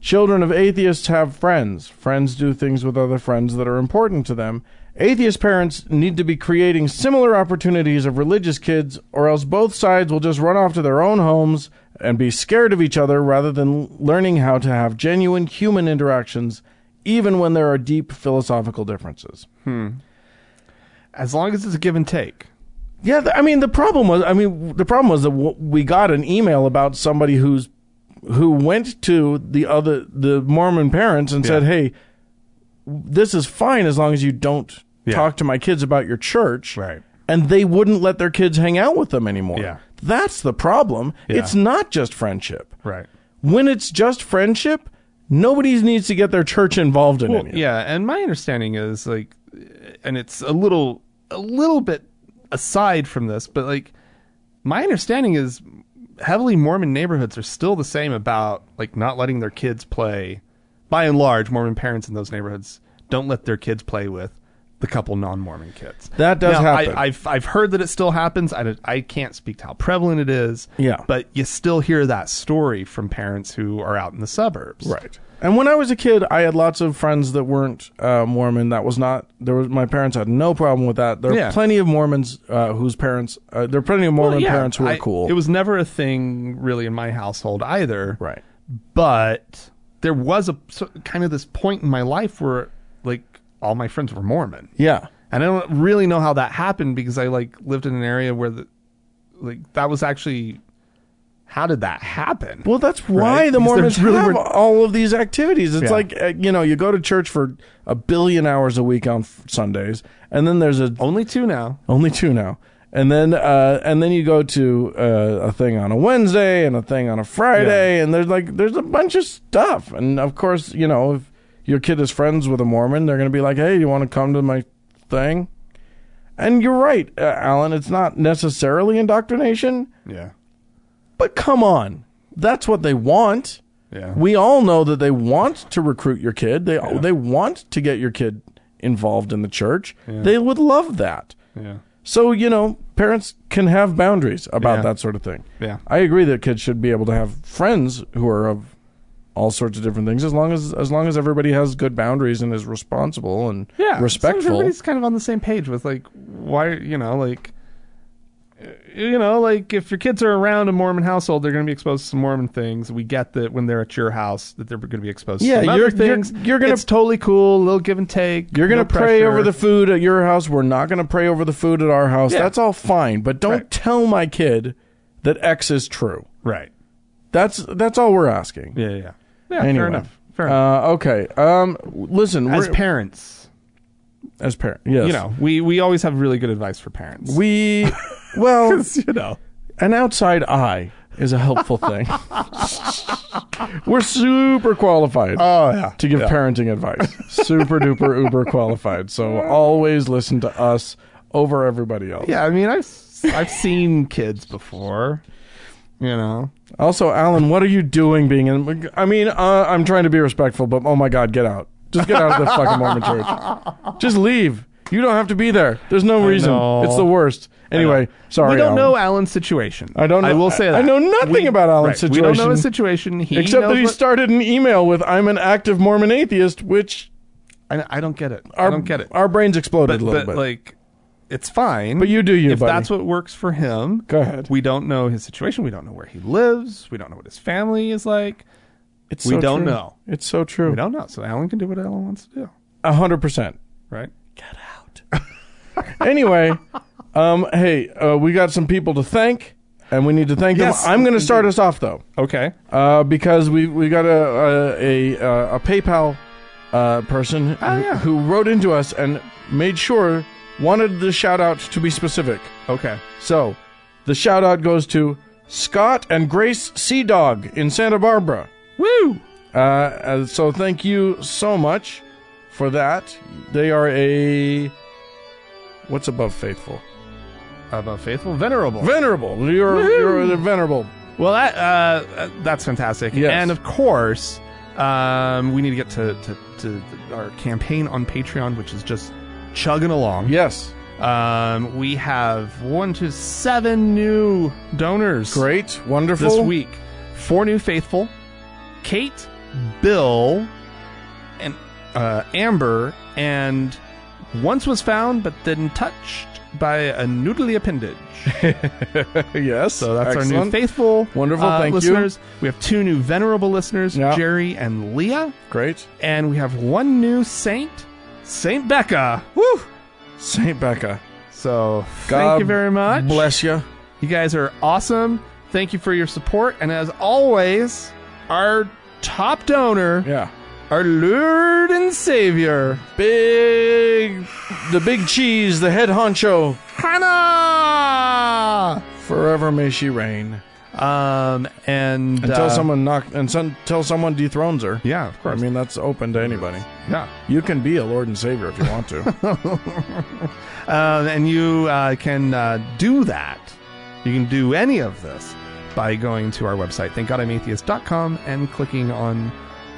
B: Children of atheists have friends. Friends do things with other friends that are important to them. Atheist parents need to be creating similar opportunities of religious kids, or else both sides will just run off to their own homes and be scared of each other rather than learning how to have genuine human interactions, even when there are deep philosophical differences.
A: As long as it's a give and take.
B: Yeah, th- I mean the problem was, I mean the problem was that w- we got an email about somebody who's who went to the other the Mormon parents and said, "Hey, this is fine as long as you don't
A: Yeah.
B: talk to my kids about your church."
A: Right.
B: And they wouldn't let their kids hang out with them anymore.
A: Yeah.
B: That's the problem.
A: Yeah.
B: It's not just friendship.
A: Right.
B: When it's just friendship, nobody needs to get their church involved in
A: Well,
B: any of it.
A: yeah, and my understanding is like and it's a little a little bit aside from this, but like my understanding is heavily Mormon neighborhoods are still the same about like not letting their kids play by and large Mormon parents in those neighborhoods don't let their kids play with the couple non-Mormon kids.
B: That does
A: Now,
B: happen.
A: I, I've I've heard that it still happens. I, don't- I can't speak to how prevalent it is.
B: Yeah.
A: but you still hear that story from parents who are out in the suburbs.
B: Right. And when I was a kid, I had lots of friends that weren't uh, Mormon. That was not there was my parents had no problem with that. There are
A: Yeah.
B: plenty of Mormons uh, whose parents uh, there are plenty of Mormon
A: Well, yeah,
B: parents who are
A: I-
B: cool.
A: It was never a thing really in my household either.
B: right.
A: But there was a so, kind of this point in my life where like all my friends were Mormon.
B: Yeah.
A: And I don't really know how that happened because I like lived in an area where the like that was actually how did that happen?
B: Well, that's why
A: Right?
B: the
A: Because
B: Mormons
A: there's really
B: have
A: were-
B: all of these activities. It's
A: Yeah.
B: like uh, you know, you go to church for a billion hours a week on f- Sundays, and then there's a
A: Only two now.
B: Only two now. And then uh, and then you go to uh, a thing on a Wednesday and a thing on a Friday, and there's like there's a bunch of stuff. And of course, you know, if your kid is friends with a Mormon, they're going to be like, "Hey, you want to come to my thing?" And you're right, uh, Alan. It's not necessarily indoctrination,
A: Yeah.
B: but come on, that's what they want.
A: Yeah.
B: We all know that they want to recruit your kid. They they want to get your kid involved in the church. They would love that.
A: yeah.
B: So, you know, parents can have boundaries about
A: Yeah.
B: that sort of thing.
A: Yeah.
B: I agree that kids should be able to have friends who are of all sorts of different things as long as as long as everybody has good boundaries and is responsible and
A: Yeah. So
B: respectful.
A: everybody's kind of on the same page with like why you know like uh, you know like if your kids are around a Mormon household, they're going to be exposed to some Mormon things. We get that when they're at your house that they're going to be exposed
B: Yeah,
A: to some
B: you're-
A: other
B: you're-
A: things.
B: you're gonna-
A: it's totally cool, little give and take.
B: You're going to
A: no
B: pray
A: pressure.
B: over the food at your house. We're not going to pray over the food at our house.
A: Yeah.
B: That's all fine, but don't
A: Right.
B: tell my kid that X is true.
A: right.
B: That's that's all we're asking.
A: Yeah, yeah, yeah. Yeah,
B: Anyway.
A: fair enough. Fair enough.
B: Uh, okay. Um, listen,
A: As
B: we're-
A: parents,
B: as parent, yes.
A: you know, we we always have really good advice for parents.
B: we well,
A: you know,
B: an outside eye is a helpful thing. We're super qualified
A: oh yeah,
B: to give parenting advice. Super duper uber qualified. So always listen to us over everybody else.
A: yeah. I mean, I've s- I've seen kids before, you know.
B: Also, Alan, what are you doing being in? I mean, uh, I'm trying to be respectful, but oh my God, get out. Just get out of the fucking Mormon church. Just leave. You don't have to be there. There's no reason.
A: know.
B: It's the worst. Anyway, sorry.
A: we don't
B: Alan.
A: know Alan's situation.
B: I don't
A: I
B: know-
A: will say
B: I-
A: that
B: I know nothing about Alan's
A: We don't know
B: situation.
A: his situation. He
B: Except
A: knows
B: that he
A: what-
B: started an email with "I'm an active Mormon atheist," which
A: I, I don't get it.
B: our
A: I don't get it.
B: Our brains exploded
A: but,
B: a little
A: but,
B: bit.
A: like, it's fine.
B: But you do you,
A: If
B: buddy.
A: that's what works for him.
B: Go ahead.
A: We don't know his situation. We don't know where he lives. We don't know what his family is like.
B: it's
A: we don't
B: true.
A: know.
B: It's so true.
A: We don't know. So Alan can do what Alan wants to do.
B: A hundred percent.
A: Right.
B: Anyway, um, hey, uh, we got some people to thank, and we need to thank
A: Yes,
B: them. I'm going to start
A: indeed.
B: us off though.
A: Okay.
B: uh, because we we got a a, a, uh, a PayPal uh, person who-
A: Oh, yeah.
B: who wrote into us and made sure wanted the shout out to be specific.
A: Okay.
B: So the shout out goes to Scott and Grace Sea Dog in Santa Barbara.
A: Woo.
B: Uh, uh, so thank you so much for that. They are a what's above faithful
A: About faithful, venerable.
B: venerable. You're you're the venerable.
A: Well, that, uh, that's fantastic.
B: Yes.
A: And of course, um, we need to get to, to, to our campaign on Patreon, which is just chugging along.
B: Yes,
A: Um, we have one to seven new donors
B: great, wonderful.
A: this week. Four new faithful Kate, Bill, and uh, Amber, and once was found but then touched by a noodly appendage.
B: yes,
A: So that's our new
B: excellent.
A: faithful,
B: Wonderful,
A: uh,
B: thank you.
A: listeners. We have two new venerable listeners,
B: Yeah.
A: Jerry and Leah,
B: Great.
A: and we have one new saint, Saint Becca.
B: Woo! Saint Becca.
A: So
B: God
A: thank you very much.
B: Bless you.
A: You guys are awesome. Thank you for your support, and as always, our top donor,
B: Yeah.
A: our Lord and Savior,
B: Big, the big cheese, the head honcho.
A: Hannah.
B: Forever may she reign.
A: Um, and
B: Until
A: uh,
B: someone knock, and son, until someone dethrones her.
A: yeah, of
B: I
A: course,
B: mean that's open to anybody.
A: yeah.
B: You can be a Lord and Savior if you want to.
A: Um, and you uh, can uh, do that. You can do any of this by going to our website, thankgodimatheist.com, and clicking on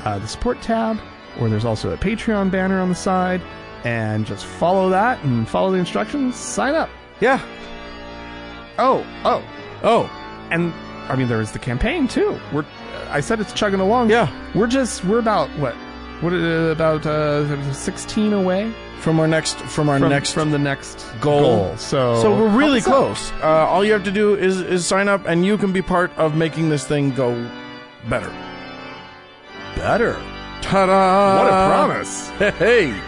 A: uh, the support tab, or there's also a Patreon banner on the side, and just follow that and follow the instructions, sign up.
B: yeah.
A: Oh, oh,
B: Oh,
A: and I mean, there is the campaign too. We're, I said it's chugging along.
B: Yeah.
A: we're just we're about what, what uh, about uh, sixteen away
B: from our next from our
A: from
B: next
A: from the next
B: goal.
A: So,
B: So we're really
A: help us out.
B: close. Uh, all you have to do is, is sign up, and you can be part of making this thing go better.
A: Better.
B: Ta-da!
A: What a promise.
B: Hey, hey.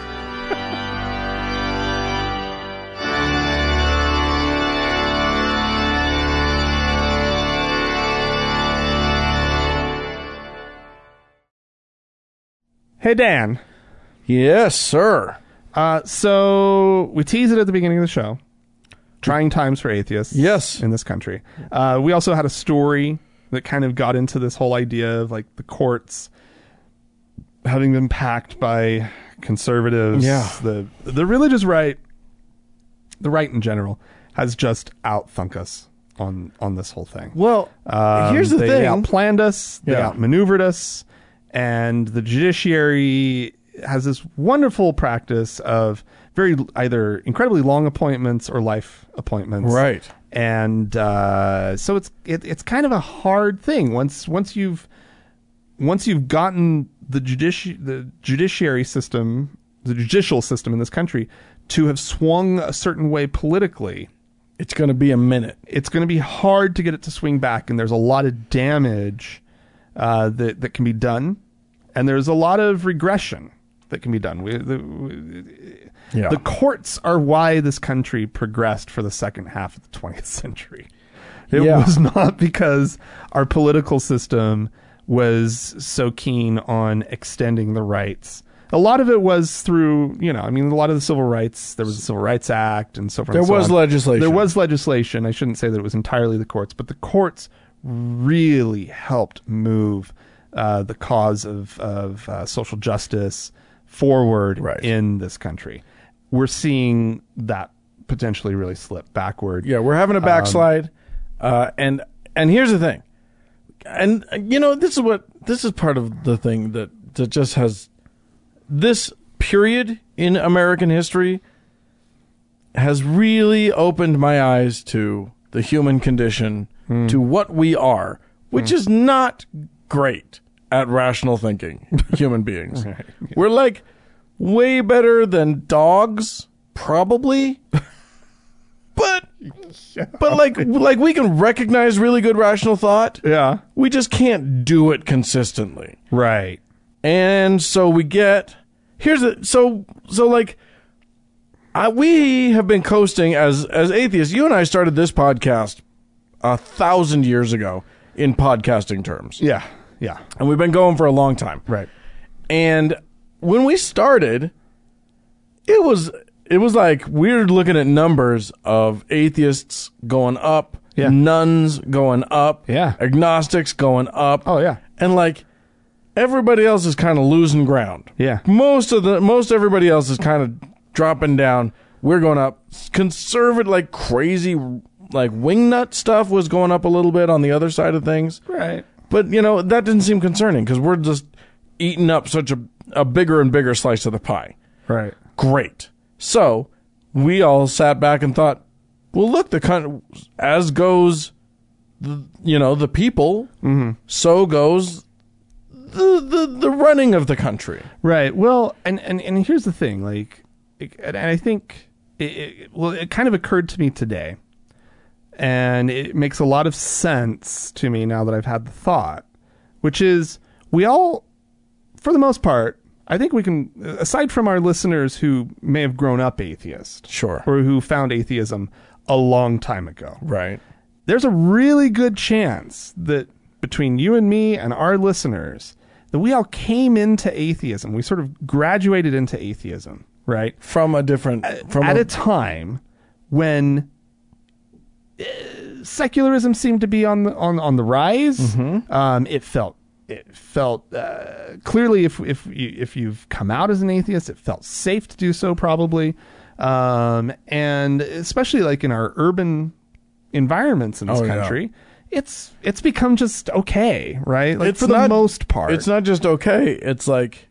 A: Hey Dan.
B: yes, sir.
A: Uh, so we teased it at the beginning of the show. Trying times for atheists.
B: Yes.
A: in this country. Uh, we also had a story that kind of got into this whole idea of like the courts having been packed by conservatives.
B: Yeah.
A: The the religious right, the right in general, has just outthunk us on on this whole thing.
B: Well,
A: Um,
B: here's the
A: they
B: thing.
A: outplanned us, they
B: Yeah.
A: outmaneuvered us, and the judiciary has this wonderful practice of very either incredibly long appointments or life appointments,
B: Right.
A: And uh, so it's it, it's kind of a hard thing once once you've once you've gotten the judici- the judiciary system, the judicial system in this country, to have swung a certain way politically
B: it's going to be a minute.
A: it's going to be hard to get it to swing back, and there's a lot of damage uh, that that can be done, and there's a lot of regression that can be done. We, the, we-
B: Yeah.
A: the courts are why this country progressed for the second half of the 20th century. It
B: Yeah.
A: was not because our political system was so keen on extending the rights. A lot of it was through, you know, I mean, a lot of the civil rights. There was the Civil Rights Act and so forth.
B: There
A: and so
B: was
A: on.
B: legislation.
A: There was legislation. I shouldn't say that it was entirely the courts, but the courts really helped move uh, the cause of of uh, social justice forward
B: Right.
A: in this country. We're seeing that potentially really slip backward.
B: Yeah, we're having a backslide, uh, and and here's the thing, and uh, you know this is what this is part of the thing that that just has this period in American history has really opened my eyes to the human condition, to what we are, which is not great at rational thinking, human beings. We're like way better than dogs, probably. But but like like we can recognize really good rational thought.
A: Yeah.
B: We just can't do it consistently.
A: Right.
B: And so we get here's the so so like I, we have been coasting as as atheists. You and I started this podcast a thousand years ago in podcasting terms,
A: Yeah. Yeah.
B: and we've been going for a long time.
A: Right.
B: And when we started, it was it was like we're looking at numbers of atheists going up,
A: Yeah.
B: nuns going up,
A: Yeah.
B: agnostics going up.
A: Oh, yeah.
B: And like everybody else is kind of losing ground.
A: Yeah.
B: Most of the most everybody else is kind of dropping down. We're going up. Conservative like crazy like wingnut stuff was going up a little bit on the other side of things.
A: Right.
B: But you know that didn't seem concerning because we're just eating up such a a bigger and bigger slice of the pie.
A: Right.
B: Great. So we all sat back and thought, well, look, the con- as goes, the, you know, the people, so goes the, the the running of the country.
A: Right. Well, and and and here's the thing, like, it- and and I think, it, it, well, it kind of occurred to me today, and it makes a lot of sense to me now that I've had the thought, which is we all, for the most part, I think we can, aside from our listeners who may have grown up atheist,
B: Sure.
A: or who found atheism a long time ago,
B: Right.
A: there's a really good chance that between you and me and our listeners, that we all came into atheism. We sort of graduated into atheism, right?
B: From a different from
A: At
B: a,
A: a time when uh, secularism seemed to be on the, on on the rise. Um, it felt it felt uh, clearly if if you, if you've come out as an atheist, it felt safe to do so probably, um, and especially like in our urban environments in this
B: Oh, yeah.
A: country. It's it's become just okay, right? Like for the
B: not-
A: most part,
B: It's not just okay. It's like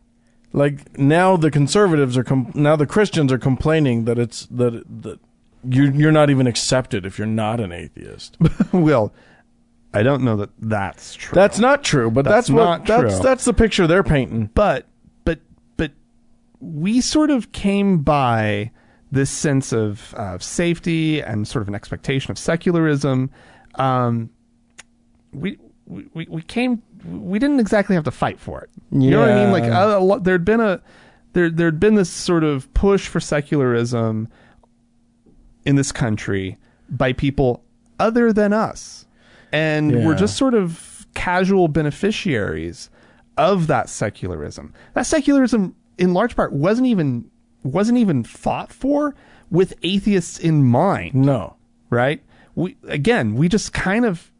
B: like now the conservatives are com- now the Christians are complaining that it's that that you you're not even accepted if you're not an atheist.
A: Well, I don't know that that's true.
B: That's not true, but
A: That's
B: that's, what
A: not
B: that's
A: true.
B: that's the picture they're painting.
A: but but but we sort of came by this sense of uh, safety and sort of an expectation of secularism. Um, we, we we- we came we didn't exactly have to fight for it. You know what I mean? Like
B: Yeah.
A: a, a lot, there'd been a there there'd been this sort of push for secularism in this country by people other than us. And
B: Yeah.
A: we're just sort of casual beneficiaries of that secularism. That secularism in large part wasn't even wasn't even fought for with atheists in mind,
B: No.
A: right? We again, we just kind of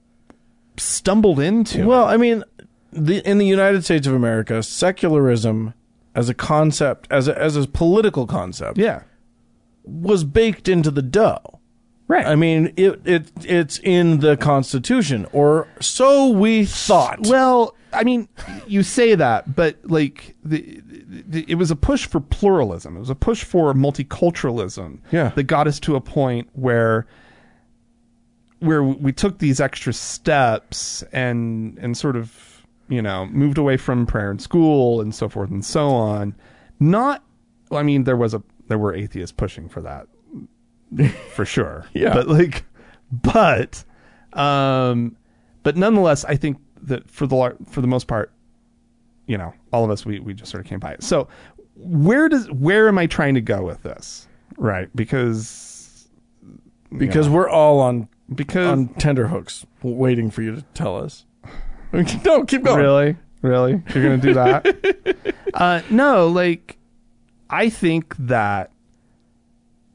A: stumbled into it.
B: Well, I mean, the, in the United States of America, secularism as a concept, as a, as a political concept,
A: Yeah.
B: was baked into the dough.
A: Right.
B: I mean, it it it's in the Constitution, or so we thought.
A: Well, I mean, you say that, but like the, the, it was a push for pluralism. It was a push for multiculturalism.
B: Yeah.
A: that got us to a point where where we took these extra steps and and sort of you know moved away from prayer in school and so forth and so on. Not, I mean, there was a there were atheists pushing for that for sure.
B: Yeah.
A: But like, but, um, but nonetheless, I think that for the lar- for the most part, you know, all of us we we just sort of came by it. So where does where am I trying to go with this? Right, because
B: because we're all on
A: because
B: on tenterhooks, waiting for you to tell us. I mean, no, keep going.
A: Really? Really? You're going to do that? uh, no, like, I think that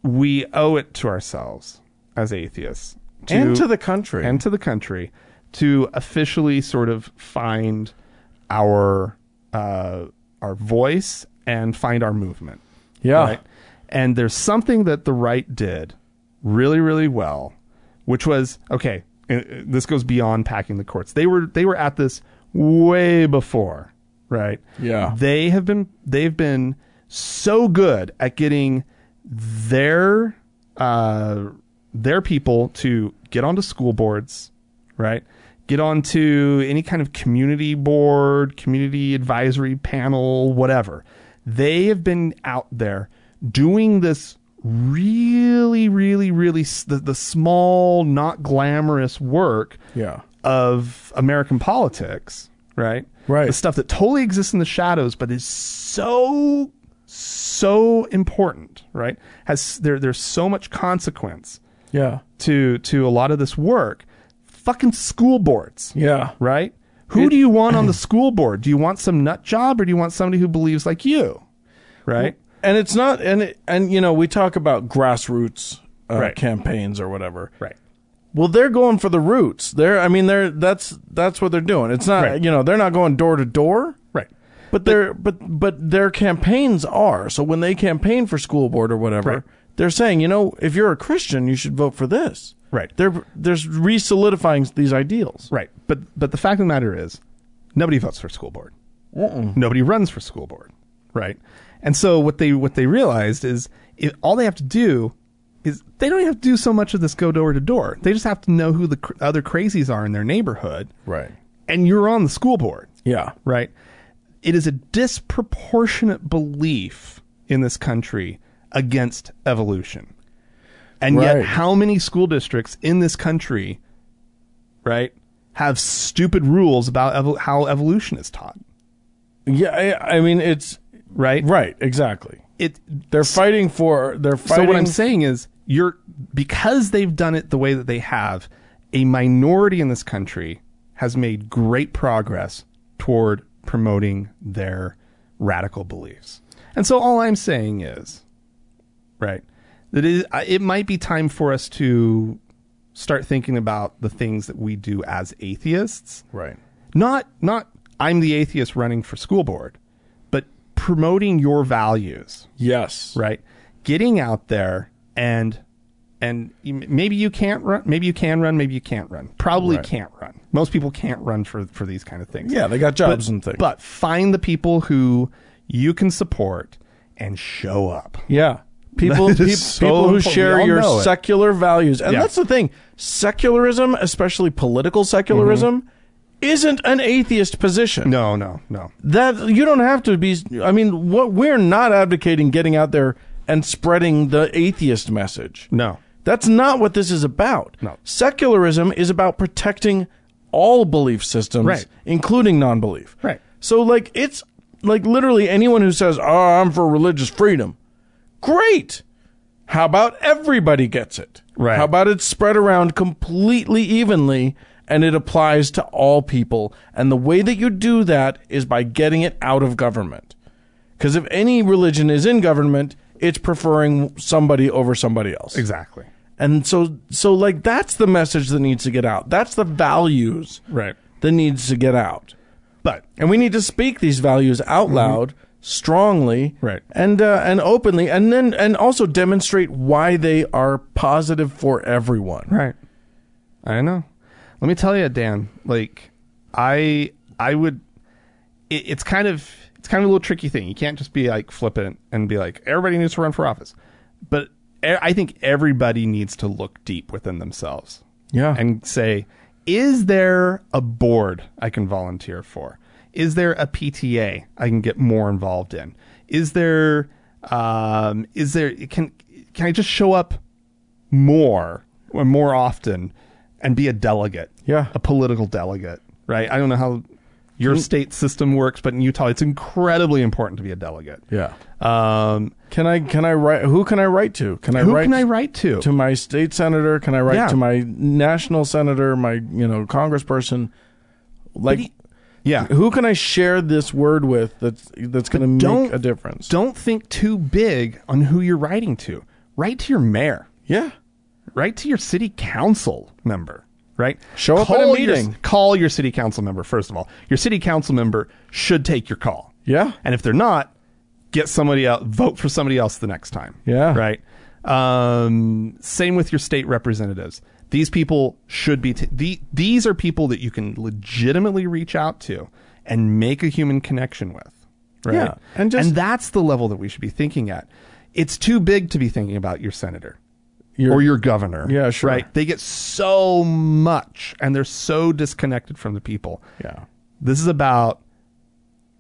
A: we owe it to ourselves as atheists to,
B: and to the country.
A: and to the country to officially sort of find our uh, our voice and find our movement.
B: yeah,
A: Right? And there's something that the right did really, really well, which was okay. uh, uh, This goes beyond packing the courts. They were they were at this way before, right?
B: Yeah.
A: They have been they've been so good at getting their uh, their people to get onto school boards, right? Get onto any kind of community board, community advisory panel, whatever. They have been out there doing this really, really, really s- the, the small, not glamorous work
B: yeah,
A: of American politics, right?
B: Right.
A: The stuff that totally exists in the shadows, but is so so important, right? Has there there's so much consequence
B: yeah,
A: to to a lot of this work. Fucking school boards,
B: yeah.
A: right? Who do you want on the school board? Do you want some nut job or do you want somebody who believes like you? Right?
B: and it's not and it, and you know we talk about grassroots uh,
A: Right.
B: campaigns or whatever
A: Right.
B: well they're going for the roots they're i mean they're that's that's what they're doing it's not
A: Right.
B: you know they're not going door to door
A: Right.
B: but they're but but their campaigns are so when they campaign for school board or whatever
A: Right.
B: they're saying you know if you're a christian you should vote for this
A: Right.
B: they're they're re-solidifying these ideals
A: Right. But but the fact of the matter is, nobody votes for school board. Nobody runs for school board. Right. And so what they what they realized is it, all they have to do is they don't have to do so much of this go door to door. They just have to know who the cr- other crazies are in their neighborhood,
B: right
A: and you're on the school board
B: yeah
A: right? It is a disproportionate belief in this country against evolution. And
B: Right.
A: yet, how many school districts in this country, right, have stupid rules about evol- how evolution is taught,
B: yeah i, I mean it's
A: right?
B: right exactly
A: It,
B: they're fighting for they're
A: so,
B: fighting
A: what I'm saying is, you're, because they've done it the way that they have, a minority in this country has made great progress toward promoting their radical beliefs. And so, all I'm saying is, Right. That is, I- it might be time for us to start thinking about the things that we do as atheists.
B: Right.
A: Not not I'm the atheist running for school board, but promoting your values.
B: yes
A: Right. Getting out there and and you- maybe you can't run. Maybe you can run. Maybe you can't run. Probably can't run. Most people can't run for for these kind of things.
B: Yeah, they got jobs
A: But-
B: and things.
A: But find the people who you can support and show up
B: yeah. People,
A: That is
B: peop-
A: so
B: people who
A: important. We
B: share
A: all
B: your
A: know it.
B: secular values. And
A: Yeah.
B: that's the thing. Secularism, especially political secularism,
A: Mm-hmm.
B: isn't an atheist position.
A: No, no, no.
B: That you don't have to be I mean, what we're not advocating getting out there and spreading the atheist message.
A: No.
B: That's not what this is about.
A: No.
B: Secularism is about protecting all belief systems,
A: Right.
B: including non belief.
A: Right.
B: So, like, it's like literally anyone who says, oh, I'm for religious freedom. Great. How about everybody gets it?
A: Right.
B: How about it's spread around completely evenly and it applies to all people? And the way that you do that is by getting it out of government. Because if any religion is in government, it's preferring somebody over somebody else.
A: Exactly.
B: And so so like that's the message that needs to get out. That's the values
A: Right.
B: that needs to get out.
A: But
B: And we need to speak these values out loud, strongly,
A: Mm-hmm. Right.
B: and uh, and openly, and then and also demonstrate why they are positive for everyone.
A: Right. I know. Let me tell you, Dan. Like, I I would. It, it's kind of it's kind of a little tricky thing. You can't just be like flippant and be like everybody needs to run for office. But e- I think everybody needs to look deep within themselves.
B: Yeah.
A: And say, is there a board I can volunteer for? Is there a PTA I can get more involved in? Is there um is there can can I just show up more or more often and be a delegate.
B: Yeah. Mm.
A: A political delegate, right? I don't know how your state system works, but in Utah it's incredibly important to be a delegate.
B: Yeah.
A: Um
B: Can I can I write? Who can I write to? Can I
A: who
B: write
A: can I write to?
B: to my state senator? Can I write
A: Yeah.
B: to my national senator? My you know congressperson? Like.
A: yeah.
B: who can I share this word with that's that's going to make
A: don't-
B: a difference?
A: Don't think too big on who you're writing to. Write to your mayor.
B: yeah,
A: Write to your city council member. Right?
B: Show up at a
A: your-
B: meeting.
A: call your city council member, first of all. Your city council member should take your call.
B: yeah,
A: And if they're not, get somebody else, vote for somebody else the next time.
B: Yeah.
A: Right. Um, same with your state representatives. These people should be, t- the, these are people that you can legitimately reach out to and make a human connection with. Right.
B: Yeah, and just-
A: and that's the level that we should be thinking at. It's too big to be thinking about your senator
B: Your-
A: or your governor.
B: Yeah, sure.
A: Right. They get so much and they're so disconnected from the people.
B: yeah.
A: This is about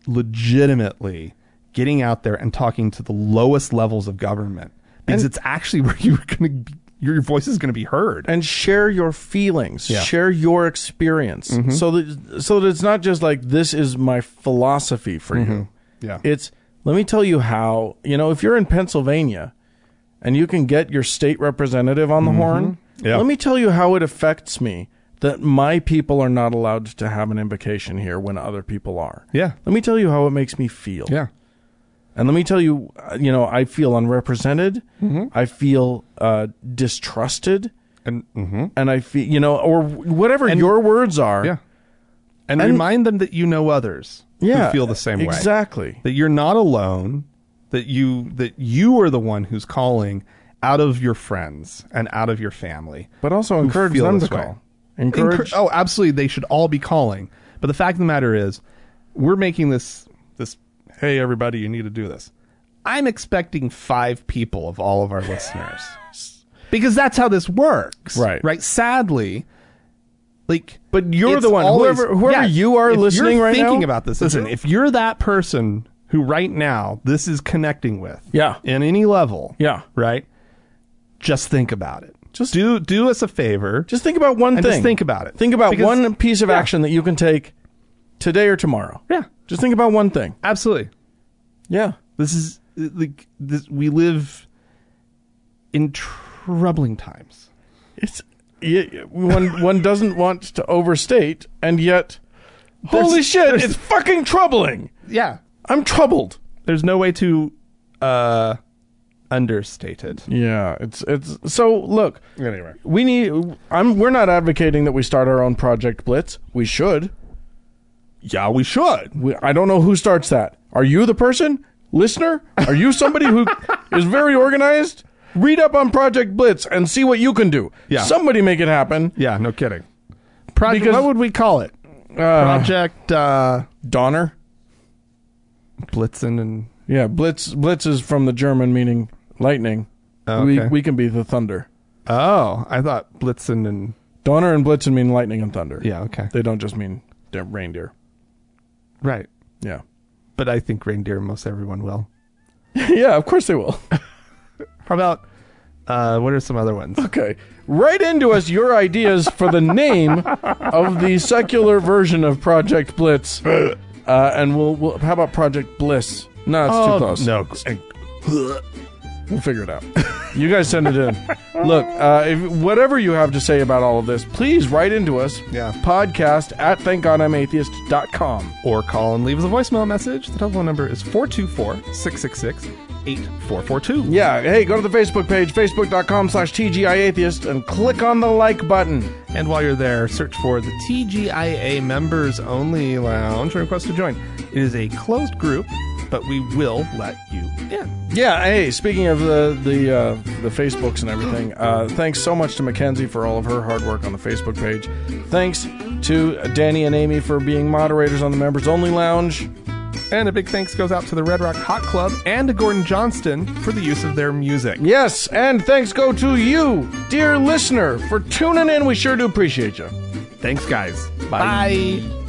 A: legitimately getting out there and talking to the lowest levels of government because it's actually where you're going to your voice is going to be heard.
B: and share your feelings
A: Yeah. Mm-hmm.
B: share your experience so that so that it's not just like this is my philosophy for
A: Mm-hmm.
B: you
A: Yeah.
B: it's let me tell you how you know if you're in pennsylvania and you can get your state representative on the horn
A: Mm-hmm. Yeah.
B: let me tell you how it affects me that my people are not allowed to have an invocation here when other people are
A: Yeah.
B: let me tell you how it makes me feel and let me tell you, uh, you know, I feel unrepresented. I feel uh, distrusted,
A: Mm-hmm. And mhm.
B: and I feel, you know, or whatever your words are.
A: yeah. And, remind them that you know others
B: yeah,
A: who feel the same way.
B: Exactly.
A: That you're not alone, that you that you are the one who's calling out of your friends and out of your family.
B: But also encourage
A: feel
B: them to
A: this way.
B: call. Encourage.
A: Encour- oh, absolutely. They should all be calling. But the fact of the matter is, we're making this this. Hey, everybody, you need to do this. I'm expecting five people of all of our listeners because that's how this works,
B: Right.
A: Right. Sadly, like,
B: But you're
A: it's
B: the one.
A: always-
B: Whoever- whoever you are
A: if
B: listening
A: you're
B: right
A: thinking
B: now-
A: about this. Listen, if you're that person who right now this is connecting with,
B: Yeah.
A: in any level,
B: Yeah.
A: right. Just think about it.
B: Just-
A: do do us a favor.
B: Just think about one
A: And
B: thing.
A: just think about it.
B: Think about
A: Because-
B: one piece of
A: yeah.
B: action that you can take today or tomorrow.
A: Yeah.
B: Just think about one thing.
A: Absolutely.
B: Yeah.
A: This is uh, like this, we live in troubling times.
B: It's y- y- one. one doesn't want to overstate, and yet, holy
A: There's-
B: shit!
A: there's-
B: It's fucking troubling.
A: Yeah,
B: I'm troubled.
A: there's no way to uh, understate it.
B: Yeah, it's it's so look.
A: Anyway.
B: we need. I'm. We're not advocating that we start our own project Blitz. We should.
A: Yeah, we should.
B: We, I don't know who starts that. Are you the person, listener? Are you somebody who is very organized? Read up on Project Blitz and see what you can do.
A: Yeah.
B: somebody make it happen.
A: Yeah, no kidding. Project.
B: Because-
A: what would we call it?
B: Uh,
A: Project uh,
B: Donner.
A: Blitzen and
B: Yeah, Blitz. Blitz is from the German meaning Lightning.
A: Oh,
B: We
A: okay.
B: we can be the thunder.
A: Oh, I thought Blitzen and
B: Donner and Blitzen mean lightning and thunder.
A: yeah, okay,
B: They don't just mean they're reindeer.
A: right.
B: Yeah.
A: But I think reindeer most everyone will.
B: yeah, of course they will.
A: How about uh, what are some other ones?
B: Okay. Write into us your ideas for the name of the secular version of Project Blitz. Uh, and we'll, we'll. How about Project Bliss? No, it's too close.
A: Oh, no,
B: We'll figure it out. You guys send it in. Look, uh, if, whatever you have to say about all of this, please write into us.
A: Yeah.
B: Podcast at thankgodimatheist.com.
A: or call and leave us a voicemail message. The telephone number is 424-666-8442.
B: Yeah. Hey, go to the Facebook page, facebook.com slash TGIAtheist, and click on the like button.
A: And while you're there, search for the TGIA Members Only Lounge and request to join. It is a closed group, but we will let you in.
B: Yeah. Hey, speaking of the the uh, the Facebooks and everything, uh, thanks so much to Mackenzie for all of her hard work on the Facebook page. Thanks to Danny and Amy for being moderators on the Members Only Lounge.
A: And a big thanks goes out to the Red Rock Hot Club and to Gordon Johnston for the use of their music.
B: Yes, and thanks go to you, dear listener, for tuning in. We sure do appreciate you.
A: Thanks, guys.
B: Bye.
A: Bye.